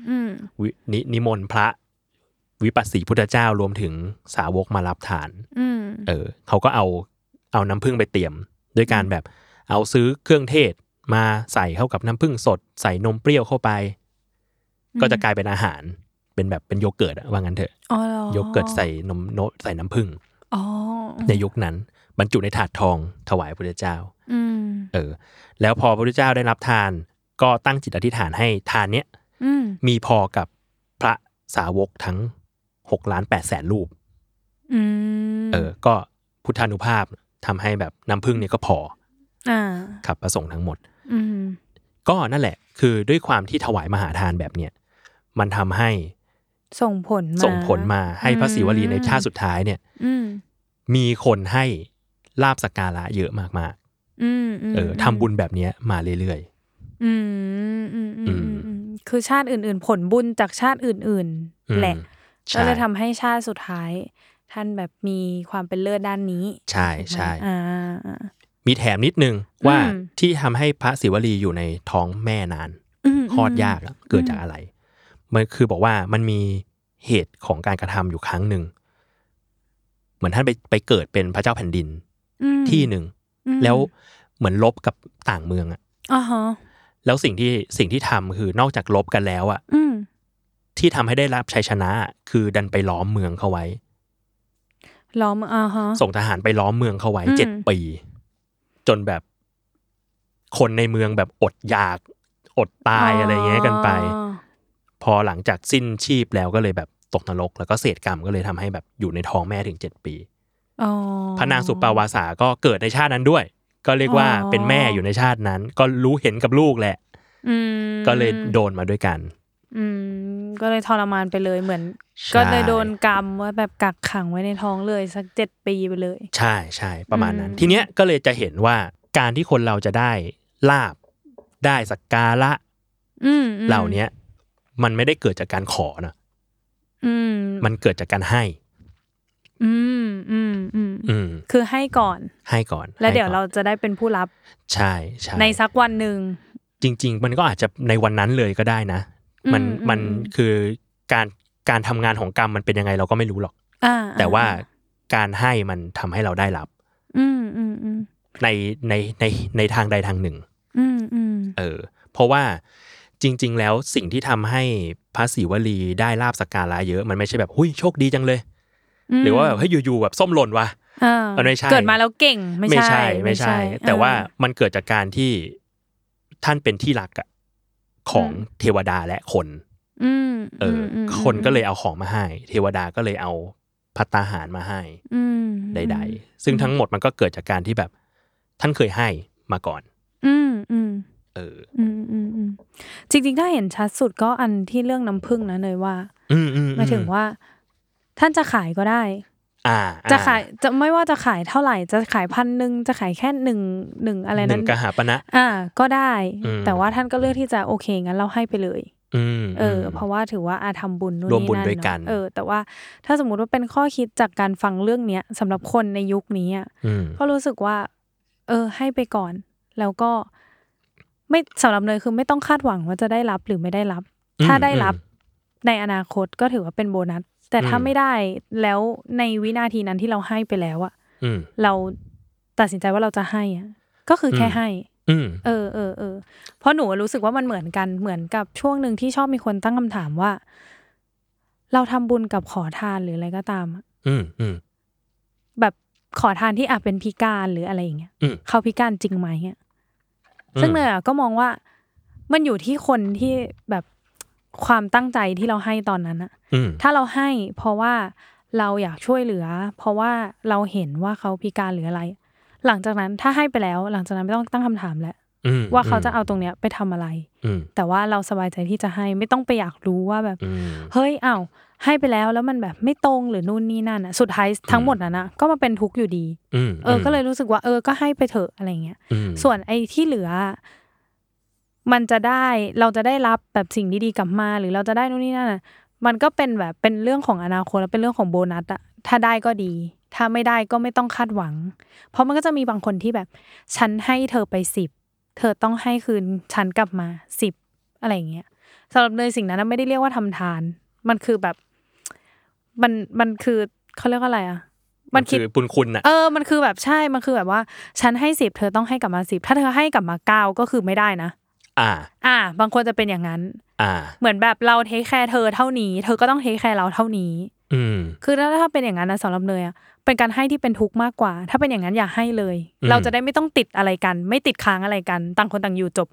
C: อืม
B: วินนิมนต์พระ วิปัสสีพุทธเจ้ารวมถึงสาวกมารับทาน
C: อืม
B: เออเขาก็เอาเอาน้ำผึ้งไปเตรียม ด้วยการแบบเอาซื้อเครื่องเทศมาใส่เข้ากับน้ำผึ้งสด ใส่นมเปรี้ยวเข้าไป ก็จะกลายเป็นอาหารเป็นแบบเป็นโยเกิร์ตอะว่างั้นเถอะ
C: อ๋อหรอ
B: โยเกิร์ตใส่นมโนตใส่น้ำผึ้ง
C: อ๋อ
B: ในยุคนั้น บรรจุในถาดทองถวายพระพุทธเจ้า
C: อืม
B: เออ แล้วพอพระพุทธเจ้าได้รับทาน ก็ตั้งจิตอธิษฐานให้ทานเนี้ย
C: อืม
B: มีพอกับพระสาวกทั้ง6ล้าน8แสนรูป
C: อืม
B: เออ ก็พุทธานุภาพทำให้แบบน้ำผึ้งเนี่ยก็พอ
C: อ่า
B: กับประสงค์ทั้งหมด
C: อืม
B: ก็นั่นแหละ คือด้วยความที่ถวายมหาทานแบบเนี้ยมันทำให้
C: ส่งผลมา
B: ส่งผลมาให้พระศิวลี
C: อืม
B: ในชาติสุดท้ายเนี่ย
C: อืม
B: มีคนให้ลาบสกการะเยอะมาก
C: อืมม
B: ๆเออทำบุญแบบเนี้ยมาเรื่อย
C: อืมอืมอืมอืม
B: อืม
C: อืมคือชาติอื่น ๆ ผลบุญจากชาติอื่น
B: ๆอืม
C: ๆ แหละ ก็
B: ใช่
C: เลยทำให้ชาติสุดท้าย ท่านแบบมีความเป็นเลิศด้านนี้
B: ใช่ใช่
C: อ่าอ่า
B: มีแถมนิดนึงว่า
C: อืม
B: ที่ทำให้พระศิวลีอยู่ในท้องแม่นาน
C: ม
B: คลอดยากอะเกิดจากอะไร มันคือบอกว่ามันมีเหตุของการกระทำอยู่ครั้งหนึ่งเหมือนท่านไปไปเกิดเป็นพระเจ้าแผ่นดิน
C: อืม
B: ที่หนึ่ง
C: อืม
B: แล้วเหมือนลบกับต่างเมืองอะ
C: อ่าฮะ
B: แล้วสิ่งที่สิ่งที่ทำคือนอกจากลบกันแล้วอะ
C: อืม
B: ที่ทำให้ได้รับชัยชนะอะคือดันไปล้อมเมืองเขาไว้
C: ล้อมอ่าฮะ
B: ส่งทหารไปล้อมเมืองเขาไว้
C: อืม
B: เจ็ดปี จนแบบ คนในเมืองแบบอดอยากอดตายอะไรเงี้ยกันไป
C: อ๋อ
B: พอหลังจากสิ้นชีพแล้วก็เลยแบบตกนรก แล้วก็เศษกรรมก็เลยทำให้แบบอยู่ในท้องแม่ถึงเจ็ดปี
C: อ๋อ
B: พระนางสุปปาวาสาก็เกิดในชาตินั้นด้วย ก็เรียกว่า
C: อ๋อ
B: เป็นแม่อยู่ในชาตินั้น ก็รู้เห็นกับลูกแหละ
C: อืม
B: ก็เลยโดนมาด้วยกัน
C: อืม ก็เลยทรมานไปเลยเหมือน
B: ใช่
C: ก็เลยโดนกรรมว่าแบบกักขังไว้ในท้องเลยสักเจ็ดปีไปเลย
B: ใช่ใช่ประมาณนั้น
C: อืม
B: ทีเนี้ยก็เลยจะเห็นว่าการที่คนเราจะได้ลาบได้สักการะ
C: อืมอืม
B: เหล่าเนี้ยมันไม่ได้เกิดจากการขอนะ
C: อืม
B: มันเกิดจากการให้
C: อืมอืมอืม
B: อืม
C: คือให้ก่อน
B: ให้ก่อน
C: แล้วเดี๋ยว
B: ให้ก่
C: เรา
B: อน
C: จะได้เป็นผู้รับ
B: ใช่ใช่
C: ในสักวันหนึ่ง
B: จริง ๆ มันก็อาจจะในวันนั้นเลยก็ได้นะ
C: อืม
B: มัน
C: อืม
B: มัน
C: อืม
B: คือการการทำงานของกรรมมันเป็นยังไงเราก็ไม่รู้หรอก
C: อ่า
B: แต่ว่าการให้มันทำให้เราได้รับ
C: อืมอืมอืม
B: ในในในในทางใดทางหนึ่ง
C: อืมอืม
B: เออ เพราะว่าจริง ๆ แล้วสิ่งที่ทำให้พระศิวลีได้ลาบสกการะเยอะ มันไม่ใช่แบบหุยโชคดีจังเลย
C: ม
B: หรือว่าแบบเฮ้ยอยู่ๆแบบส้มหล่นวะ
C: อ่า
B: มันไม่ใช่
C: เกิดมาแล้วเก่งไม่
B: ไม่
C: ใช่
B: ใช่ไม่ใช่ แต่ว่ามันเกิดจากการที่ท่านเป็นที่รักอะของ
C: อืม
B: เทวดาและคน
C: อืม
B: เอออ
C: มม
B: คนก็เลยเอาของมาให้ เทวดาก็เลยเอาพัตตาหารมาให้
C: อืม
B: ใด ๆ ซึ่งทั้งหมดมันก็เกิดจากการที่แบบท่านเคยให้มาก่อน
C: อืมอืม
B: เออ
C: อืมอืมอืมจริงๆ ถ้าเห็นชัดสุดก็อันที่เรื่องน้ำผึ้งนะเนยว่า
B: อืมอืม
C: หมายถึงว่า ท่านจะขายก็ได้
B: อ่า
C: จะขายจะไม่ว่าจะขายเท่าไหร่ จะขายพันหนึ่งจะขายแค่หนึ่งหนึ่งอะไร
B: ห
C: นั้
B: นึ่
C: น
B: งกหาปณะ
C: อ่า ก็ได้
B: อืม
C: แต่ว่าท่านก็เลือกที่จะโอเคงั้นเราให้ไปเลย
B: อ อืม
C: เออ
B: ม
C: เพราะว่าถือว่าอาทำบุญนู่น
B: รวม
C: นี่
B: บุญ
C: นั่น
B: ด้วยกัน
C: เนอะเออ แต่ว่าถ้าสมมติว่าเป็นข้อคิดจากการฟังเรื่องเนี้ยสำหรับคนในยุคนี้อะ
B: อืม
C: ก็รู้สึกว่า เออ ให้ไปก่อน แล้วก็ ไม่สำหรับเลยคือไม่ต้องคาดหวังว่าจะได้รับหรือไม่ได้รับ ถ้าได้รับ
B: อืม
C: ในอนาคตก็ถือว่าเป็นโบนัส แต่ถ้า
B: อืม
C: ไม่ได้แล้วในวินาทีนั้นที่เราให้ไปแล้วอะ
B: อืม
C: เราตัดสินใจว่าเราจะให้อะก็คือแค่
B: อืม
C: ให้
B: อืม
C: เออเออเออเพราะหนูรู้สึกว่ามันเหมือนกันเหมือนกับช่วงหนึ่งที่ชอบมีคนตั้งคำถามว่า เราทำบุญกับขอทานหรืออะไรก็ตามอะ
B: อืมอืม
C: แบบขอทานที่อาจเป็นพิการหรืออะไรอย่างเงี้ย
B: อืม
C: เขาพิการจริงไหมอะซึ่งเนยอะก็มองว่ามันอยู่ที่คนที่แบบความตั้งใจที่เราให้ตอนนั้นอะ
B: อืม
C: ถ้าเราให้เพราะว่าเราอยากช่วยเหลือ เพราะว่าเราเห็นว่าเขาพิการหรืออะไร หลังจากนั้นถ้าให้ไปแล้ว หลังจากนั้นไม่ต้องตั้งคำถามแล้ว
B: อืม
C: ว่าเขาจะเอาตรงเนี้ยไปทำอะไร
B: อืม
C: แต่ว่าเราสบายใจที่จะให้ไม่ต้องไปอยากรู้ว่าแบบ
B: อืม
C: เฮ้ยอ้าวให้ไปแล้วแล้วมันแบบไม่ตรงหรือนู่นนี่นั่นอ่ะสุดท้ายทั้งหมดนั้นนะก็มาเป็นทุกข์อยู่ดี
B: อืม
C: เอออก็เลยรู้สึกว่าเออก็ให้ไปเถอะอะไรเงี้ย
B: อืม
C: ส่วนไอ้ที่เหลือ มันจะได้เราจะได้รับแบบสิ่งดีๆกลับมา หรือเราจะได้นู่นนี่นั่นอะมันก็เป็นแบบเป็นเรื่องของอนาคตและเป็นเรื่องของโบนัสอะถ้าได้ก็ดี ถ้าไม่ได้ก็ไม่ต้องคาดหวัง เพราะมันก็จะมีบางคนที่แบบ ฉันให้เธอไปสิบเธอต้องให้คืนฉันกลับมาสิบอะไรอย่างเงี้ยสำหรับเนยสิ่งนั้นนะไม่ได้เรียกว่าทำทาน มันคือแบบ มันมันคือเขาเรียกว่าอะไรอะมันคิด
B: อบุญคุณอ่ะ
C: เออ มันคือแบบใช่ มันคือแบบว่า ฉันให้สิบเธอต้องให้กลับมาสิบถ้าเธอให้กลับมาเก้าก็คือไม่ได้นะ
B: อ่า
C: อ่า บางคนจะเป็นอย่างนั้น
B: อ่า
C: เหมือนแบบเราเทคแคร์เธอเท่านี้ เธอก็ต้องเทคแคร์เราเท่านี้
B: อืม
C: คือถ้าถ้าเป็นอย่างนั้นนะสำหรับเนยอะเป็นการให้ที่เป็นทุกข์มากกว่า ถ้าเป็นอย่างนั้นอย่าให้เลย
B: อืม
C: เราจะได้ไม่ต้องติดอะไรกัน ไม่ติดค้างอะไรกัน ต่างคนต่างอยู่จบ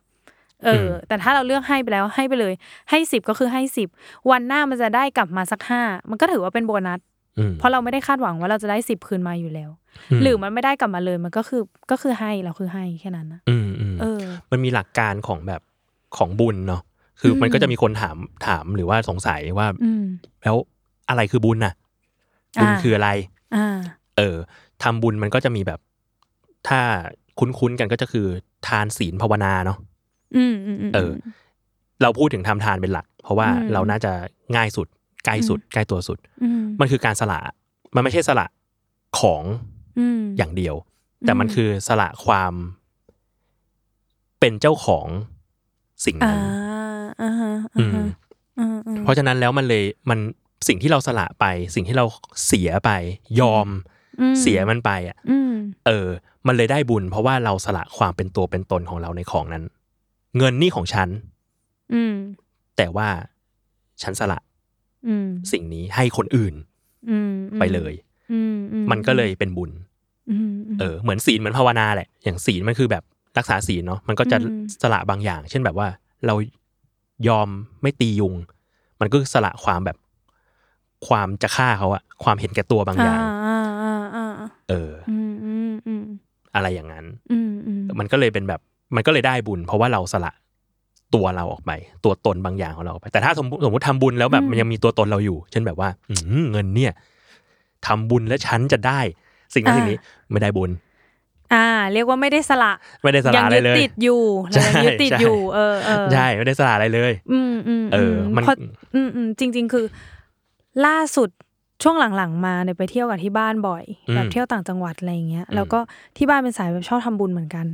C: เออ
B: ม
C: อแต่ถ้าเราเลือกให้ไปแล้วให้ไปเลย ให้สิบก็คือให้สิบวันหน้ามันจะได้กลับมาสักห้ามันก็ถือว่าเป็นโบนัส
B: อืม
C: เพราะเราไม่ได้คาดหวังว่าเราจะได้สิบคืนมาอยู่แล้ว
B: ม
C: หรือมันไม่ได้กลับมาเลยมันก็คือก็คือให้เราคือให้แค่นั้นนะ
B: อืมอืม
C: เออ
B: มันมีหลักการของแบบของบุญเนาะคืออ
C: ม
B: มันก็จะมีคนถามถามหรือว่าสงสัยว่า
C: อืม
B: แล้วอะไรคือบุญน่ะ บุญ
C: อ่า
B: คืออะไร
C: อ่า
B: เออทำบุญมันก็จะมีแบบ ถ้าคุ้นๆกันก็จะคือทานศีลภาวนาเนาะ
C: อืมอืมอืม
B: เออ เราพูดถึงทำทานเป็นหลัก เพราะว่า
C: อืม
B: เราน่าจะง่ายสุดใกล้สุดใกล้ตัวสุด
C: อืม
B: มันคือการสละ มันไม่ใช่สละของ
C: อืม
B: อย่างเดียว แต่มัน
C: อืม
B: คือสละความ เป็นเจ้าของสิ่ง
C: อ่า
B: นั้น
C: อ่าฮะ
B: อื
C: อ่าม ฮะอืมอืม
B: เพราะฉะนั้นแล้วมันเลยมันสิ่งที่เราสละไป สิ่งที่เราเสียไป ยอม
C: อืม
B: เสียมันไปอ่ะ
C: อืม
B: เออ มันเลยได้บุญ เพราะว่าเราสละความเป็นตัวเป็นตนของเราในของนั้น เงินนี่ของฉัน
C: อืม
B: แต่ว่าฉันสละ
C: อืม
B: สิ่งนี้ให้คนอื่น
C: อืม
B: ไปเลย
C: อืมอื
B: มันก็เลยเป็นบุญ
C: อืมม
B: เออ เหมือนศีลเหมือนภาวนาแหละ อย่างศีลมันคือแบบรักษาศีลเนาะ มันก็จะ
C: อืม
B: สละบางอย่าง เช่นแบบว่า เรายอมไม่ตียุง มันก็สละความแบบความจะฆ่าเขาอะความเห็นแก่ตัวบางอย่าง
C: อ่าอ่าอ่าอ่า
B: เออ
C: อืมอืมอืม
B: อะไรอย่างนั้น
C: อืมอืม
B: มันก็เลยเป็นแบบ มันก็เลยได้บุญ เพราะว่าเราสละตัวเราออกไป ตัวตนบางอย่างของเราออกไป แต่ถ้าสมมติสมมติทำบุญแล้วแบบมันยังมีตัวตนเราอยู่ เช่นแบบว่า อืมเงินเนี่ยทำบุญแล้วฉันจะได้ สิ่งนั้นสิ่งนี้ไม่ได้บุญ
C: อ่า เรียกว่าไม่ได้สละ
B: ไม่ได้ส
C: ยั
B: ละอะไร
C: ยึด
B: เลย
C: ติดอยู่
B: ใช่
C: ยังยึดติด
B: ใช่
C: อยู่ เออเออ
B: ใช่ไม่ได้สละอะไรเลย
C: อืมอืม
B: เออมัน
C: พราะอืมอืมจริง ๆ คือ ล่าสุดช่วงหลังๆ มาเนี่ยไปเที่ยวกับที่บ้านบ่อย
B: อืม
C: แบบเที่ยวต่างจังหวัดอะไรอย่างเงี้ย
B: อืม
C: แล้วก็ที่บ้านเป็นสายแบบชอบทำบุญเหมือนกัน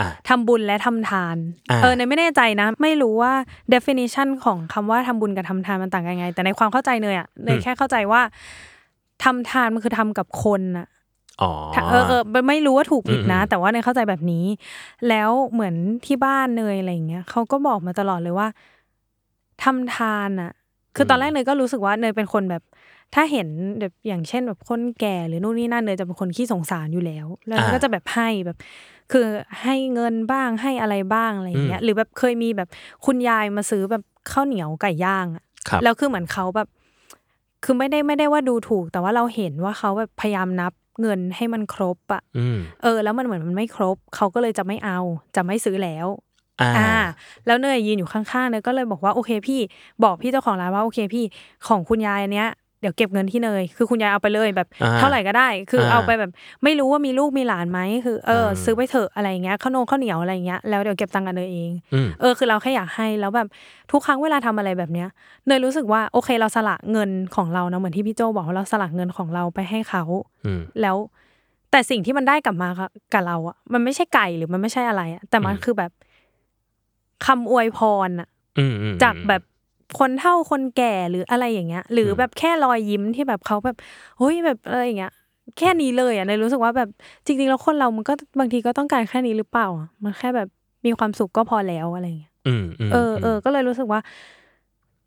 B: อ่ะ
C: ทำบุญและทำทาน
B: อ่า
C: เออเนยไม่แน่ใจนะ ไม่รู้ว่า definition ของคำว่าทำบุญกับทำทานมันต่างกันยังไง แต่ในความเข้าใจเนยอ่ะเนยแค่เข้าใจว่าทำทานมันคือทำกับคนอ่ะ
B: อ๋อ
C: ถ้าเออเออไม่ไม่รู้ว่าถูกผิด
B: อืม
C: นะ
B: อืม
C: แต่ว่าเนยเข้าใจแบบนี้ แล้วเหมือนที่บ้านเนยอะไรอย่างเงี้ยเขาก็บอกมาตลอดเลยว่าทำทานอ่ะ คือตอนแรกเนยก็รู้สึกว่าเนยเป็นคนแบบ ถ้าเห็นแบบอย่างเช่นแบบคนแก่หรือนู่นนี่นั่นเนยจะเป็นคนขี้สงสารอยู่แล้ว แล้วเนยก็จะแบบให้แบบ คือให้เงินบ้างให้อะไรบ้างอะไรอย่างเงี้ย หรือแบบเคยมีแบบคุณยายมาซื้อแบบข้าวเหนียวไก่ย่างอะ
B: ครับ
C: แล้วคือเหมือนเขาแบบ คือไม่ได้ไม่ได้ว่าดูถูก แต่ว่าเราเห็นว่าเขาแบบพยายามนับเงินให้มันครบอะ
B: อืม
C: เออ แล้วมันเหมือนมันไม่ครบ เขาก็เลยจะไม่เอา จะไม่ซื้อแล้ว
B: อ่า
C: อ่า แล้วเนยยืนอยู่ข้างๆเนยก็เลยบอกว่าโอเคพี่ บอกพี่เจ้าของร้านว่าโอเคพี่ ของคุณยายอันเนี้ย ดี๋ยวเก็บเงินที่เนย คือคุณยายเอาไปเลยแบบ
B: อ่า
C: เท่าไหร่ก็ได้ คืออา เอาไปแบบ ไม่รู้ว่ามีลูกมีหลานไหมคือเอออา ซื้อไปเถอะอะไรอย่างเงี้ยข้าวโนมข้าวเหนียวอะไรอย่างเงี้ยแล้วเดี๋ยวเก็บตังค์กับเนยเอง
B: อืม
C: เออคือเราแค่อยากให้แล้วแบบทุกครั้งเวลาทำอะไรแบบเนี้ยเนยรู้สึกว่าโอเคเราสละเงินของเรานะเหมือนที่พี่โจบอกว่าเราสละเงินของเราไปให้เขา
B: อืม
C: แล้ว แต่สิ่งที่มันได้กลับมากับกับเราอ่ะมันไม่ใช่ไก่หรือมันไม่ใช่อะไรอ่ะแต่มัน
B: อืม
C: คือแบบคำอวยพรอ่ะ
B: อืมอืม
C: จากแบบคนเฒ่าคนแก่หรืออะไรอย่างเงี้ย หรืออ
B: ม
C: แบบแค่รอยยิ้มที่แบบเขาแบบเฮ้ยแบบอะไรอย่างเงี้ย แค่นี้เลยอ่ะในยรู้สึกว่าแบบจริงๆแล้วคนเรามันก็บางทีก็ต้องการแค่นี้หรือเปล่าอะมันแค่แบบมีความสุขก็พอแล้วอะไรอย่างเงี้ย
B: อืมอืม
C: เออเออก็เลยรู้สึกว่า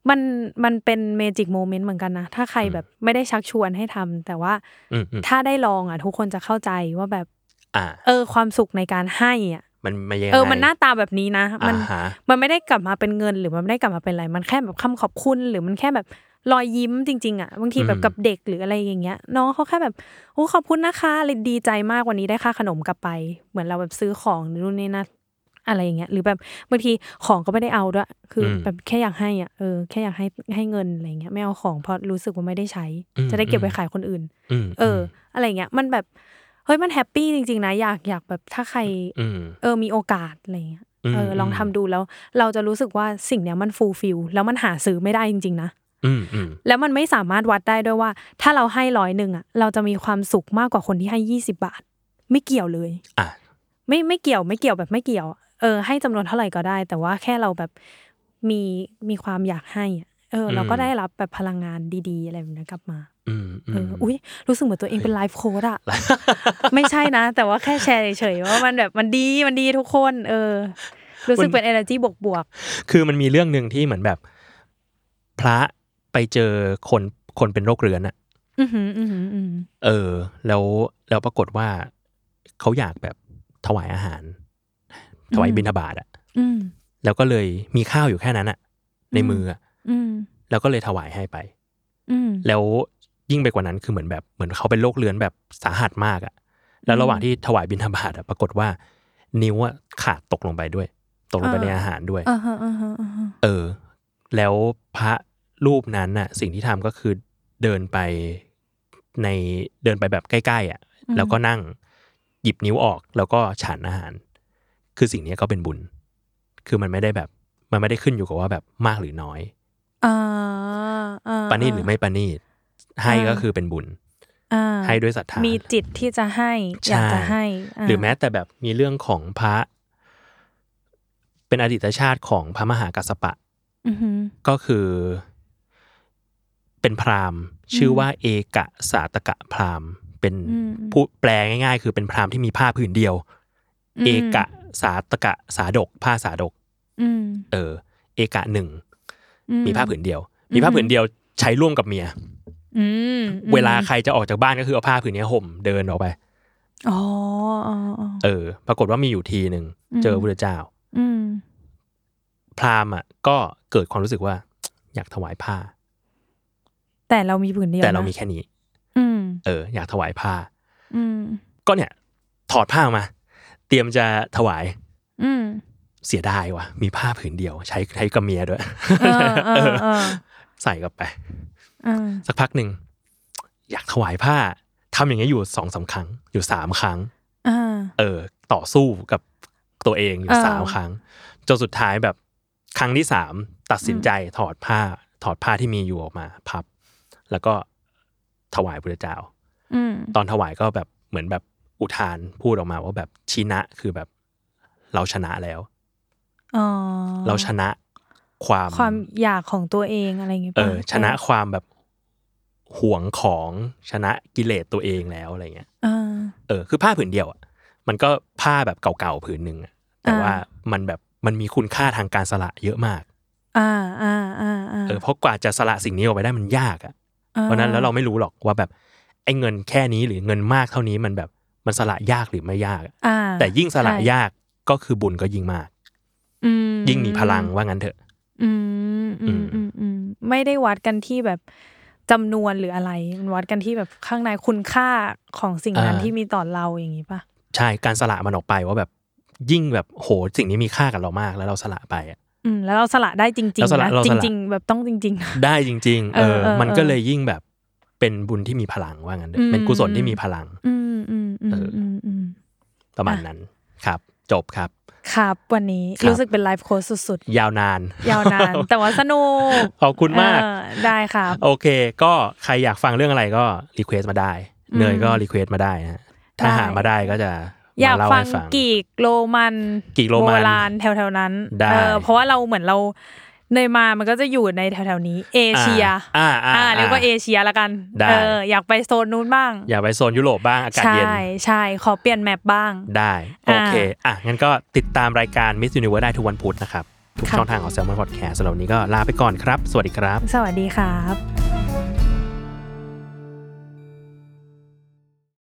C: มันมันเป็นเมจิกโมเมนต์เหมือนกันนะ ถ้าใครแบบไม่ได้ชักชวนให้ทำแต่ว่า
B: อมอืม
C: ถ้าได้ลองอ่ะ ทุกคนจะเข้าใจว่าแบบ
B: อ่า
C: เออ ความสุขในการให้อ่ะ
B: มันมายังไง
C: เออ มันหน้าตาแบบนี้นะ มัน
B: อ่าฮะ
C: มันไม่ได้กลับมาเป็นเงินหรือมันไม่ได้กลับมาเป็นอะไร มันแค่แบบคำขอบคุณหรือมันแค่แบบรอยยิ้มจริงๆอ่ะบางที
B: อืม
C: แบบกับเด็กหรืออะไรอย่างเงี้ยน้องเขาแค่แบบโอ้ขอบคุณนะคะเลยดีใจมากวันนี้ได้ค่าขนมกลับไป เหมือนเราแบบซื้อของหรือนู่นนี่นั่นอะไรอย่างเงี้ยหรือแบบบางทีของก็ไม่ได้เอาด้วย คืออ
B: ม
C: แบบแค่อยากให้อ่ะเออแค่อยากให้ให้เงินอะไรอย่างเงี้ยไม่เอาของเพราะรู้สึกว่าไม่ได้ใช้
B: อืม
C: จะได้เก็บ
B: อืม
C: ไว้ขายคนอื่น
B: อืม
C: เออออะไรอย่างเงี้ยมันแบบเฮ้ยมันแฮปปี้จริงๆนะอยากอยากแบบถ้าใคร
B: อืม
C: เออมีโอกาสอะไรอย่างเงี้ย
B: ม
C: เออลองทำดูแล้วเราจะรู้สึกว่าสิ่งเนี้ยมันฟูลฟิลแล้วมันหาซื้อไม่ได้จริง ๆ นะ
B: อืมอืม
C: แล้วมันไม่สามารถวัดได้ด้วยว่า ถ้าเราให้ร้อยหนึ่งอ่ะเราจะมีความสุขมากกว่าคนที่ให้ยี่สิบาท ไม่เกี่ยวเลย
B: อ่ะ
C: ไม่ไม่เกี่ยวไม่เกี่ยวแบบไม่เกี่ยวอะเออให้จำนวนเท่าไหร่ก็ได้ แต่ว่าแค่เราแบบมีมีความอยากให้อะเออ เราก็ได้รับแบบพลังงานดีๆ อะไรแบบนี้กลับมา
B: อืมอื
C: เอ
B: ม
C: ออุ้ยรู้สึกเหมือนตัวเองเป็นไลฟ์โค้ ดอะไม่ใช่นะ แต่ว่าแค่แชร์เฉยๆว่ามันแบบมันดีมันดีทุกคน เออ รู้สึกเป็น energy บวกๆ
B: คือมันมีเรื่องหนึ่งที่เหมือนแบบ พระไปเจอคนคนเป็นโรคเรื้อนอะ
C: อือหืออือหืออืม
B: เออ แล้วแล้วปรากฏว่าเขาอยากแบบถวายอาหาร ถวายบิณฑบาตอะ
C: อืม
B: แล้วก็เลยมีข้าวอยู่แค่นั้นอะใน
C: อืม
B: มืออะ
C: อืม
B: แล้วก็เลยถวายให้ไป
C: อืม
B: แล้วยิ่งไปกว่านั้นคือเหมือนแบบเหมือนเขาเป็นโรคเรื้อนแบบสาหัสมากอะแล้วระหว่างที่ถวายบิณฑบาตอะปรากฏว่า นิ้วอะขาดตกลงไปด้วย ตกลงไป
C: เออ
B: ในอาหารด้วย
C: อ่าฮะอ่าฮะอ่าฮะ
B: เออ แล้วพระรูปนั้นน่ะ สิ่งที่ทำก็คือเดินไปในเดินไปแบบใกล้ๆอ่ะ แล้วก็นั่งหยิบนิ้วออก แล้วก็ฉันอาหาร คือสิ่งนี้ก็เป็นบุญ คือมันไม่ได้แบบ มันไม่ได้ขึ้นอยู่กับว่าแบบมากหรือน้อย
C: อ่าอ่า
B: ปานีตหรือไม่ปานีตให้ก็คือเป็นบุญ
C: อ่า
B: ให้ด้วยศรัทธาม
C: มีจิตที่จะให้ อยา
B: ใช่
C: กจะให้า
B: หรือแม้แต่แบบมีเรื่องของพระ เป็นอดีตชาติของพระมหากัสสปะ
C: อือหือ
B: ก็คือเป็นพราหมณ์ ชื่อว่าเอกะสาตกะพราหมณ์ เป็น
C: อืม
B: ผู้แปลง่ายๆ คือเป็นพราหมณ์ที่มีผ้าผืนเดียว
C: อืม
B: เอกะสาตกะสาดก ผ้าสาดก
C: อืม
B: เออ เอกะหนึ่ง
C: อื
B: มีผ้าผืนเดียว มีผ้าผืนเดียวใช้ร่วมกับเมีย
C: อืม
B: เวลาใครจะออกจากบ้านก็คือเอาผ้าผืนเนี้ยห่มเดินออกไป
C: อ๋ออ๋ออ๋อ
B: เออ ปรากฏว่ามีอยู่ทีหนึ่ง
C: อืม
B: เจอพระเจ้า
C: อืม
B: พราหมณ์อ่ะก็เกิดความรู้สึกว่า อยากถวายผ้า
C: แต่เรามีผืนเดียว
B: แต่เรา
C: นะ
B: มีแค่นี้
C: อืม
B: เออ อยากถวายผ้า
C: อืม
B: ก็เนี่ย ถอดผ้าออกมา เตรียมจะถวาย
C: อื ม
B: เสียดายว่ะ มีผ้าผืนเดียว ใช้ใช้กับเมียด้วย
C: เออเออเออ
B: ใส่กลับไป
C: เออ
B: สักพักหนึ่งอยากถวายผ้าทำอย่างเงี้ยอยู่สองสามครั้ง อยู่สามครั้ง
C: อ่า
B: เออ ต่อสู้กับตัวเองอยู่
C: เออ
B: สามครั้งจนสุดท้ายแบบครั้งที่สามตัดสินใจถอดผ้า ถอดผ้าที่มีอยู่ออกมา พับ แล้วก็ถวายพระเจ้า
C: อืม
B: ตอนถวายก็แบบเหมือนแบบอุทานพูดออกมาว่าแบบชินะคือแบบเราชนะแล้ว
C: อ๋อ
B: เราชนะความ
C: ความอยากของตัวเองอะไรอย่างเงี้ย
B: เอ
C: ปะ
B: อชนะความแบบห่วงของชนะกิเลสตัวเองแล้วอะไรเงี้ย
C: อ่า
B: เออคือผ้าผืนเดียวอ่ะมันก็ผ้าแบบเก่าๆผืนหนึ่งอะแต่
C: อ่า
B: ว่ามันแบบมันมีคุณค่าทางการสละเยอะมาก
C: อ่าอ่าอ่าอ่า
B: เออเพราะกว่าจะสละสิ่งนี้ออกไปได้มันยากอ่ะเพราะฉะนั้นแล้วเราไม่รู้หรอกว่าแบบไอ้เงินแค่นี้หรือเงินมากเท่านี้มันแบบมันสละยากหรือไม่ยากอะ
C: อ่า
B: แต่ยิ่งสละ
C: ใช่
B: ยากก็คือบุญก็ยิ่งมาก
C: อืม
B: ยิ่งมีพลังว่างั้นเถอะ
C: อืมอืม
B: อื
C: อื
B: ม
C: มอืมไม่ได้วัดกันที่แบบจำนวนหรืออะไร มันวัดกันที่แบบข้างในคุณค่าของสิ่งนั้นที่มีต่อเราอย่างนี้ป่ะ
B: ใช่การสละมันออกไปว่าแบบยิ่งแบบโหสิ่งนี้มีค่ากับเรามากแล้วเราสละไปอะ
C: อืมแล้วเราสละได้จริง
B: เราส
C: ๆ
B: ละ
C: นะ
B: เรา
C: จ
B: สละ
C: ริง ๆ แบบต้องจริง
B: ได้จริง ๆ เอ
C: เออ
B: อ
C: เออ
B: มันก็
C: เออ
B: เลยยิ่งแบบ เป็นบุญที่มีพลังว่างั้นเถอะ
C: อืม
B: เป็นกุศลที่มีพลัง
C: อืมอืมอืมอืมอืม
B: ประมาณ
C: อ่ะ
B: นั้นครับ จบครับ
C: ครับวันนี้
B: ครับ
C: รู้สึกเป็นไลฟ์โค้ชสุด
B: ยาวนาน
C: ๆ ยาว นาน แต่ว่าสนุก
B: ขอบคุณมาก
C: เออได้ครับ
B: โอเค ก็ใครอยากฟังเรื่องอะไรก็รีเควสต์มาได้
C: อืม
B: เนยก็รีเควสต์มาได้นะฮะถ้า
C: ได้
B: หามาได้ก็จะ
C: อยาม
B: าก เล่า
C: ฟัง
B: ให้ฟัง
C: กีกโรมัน
B: กรีกโรมัน
C: โบราณแถวๆนั้น
B: ได้
C: เออเพราะว่าเราเหมือนเราเนยมามันก็จะอยู่ในแถวๆนี้ เอเชีย
B: อ่าอ่า
C: อ่า
B: อ่า
C: เรียกว่าเอเชียละกัน
B: ได้
C: เอออยากไปโซนนู้นบ้าง
B: อย่าไปโซนยุโรปบ้างอากาศ
C: ใช่
B: เย็น
C: ใช่ขอเปลี่ยนแมปบ้าง
B: ได้
C: อ่า
B: โอเค อ่ะ งั้นก็ติดตามรายการ Miss Universe ได้ทุกวันพุธนะครับ ทุก
C: ครับ
B: ช่องทางของ Salmon Podcast สำหรับวันนี้ก็ลาไปก่อนครับ สวัสดีครับ
C: สวัสดีครับ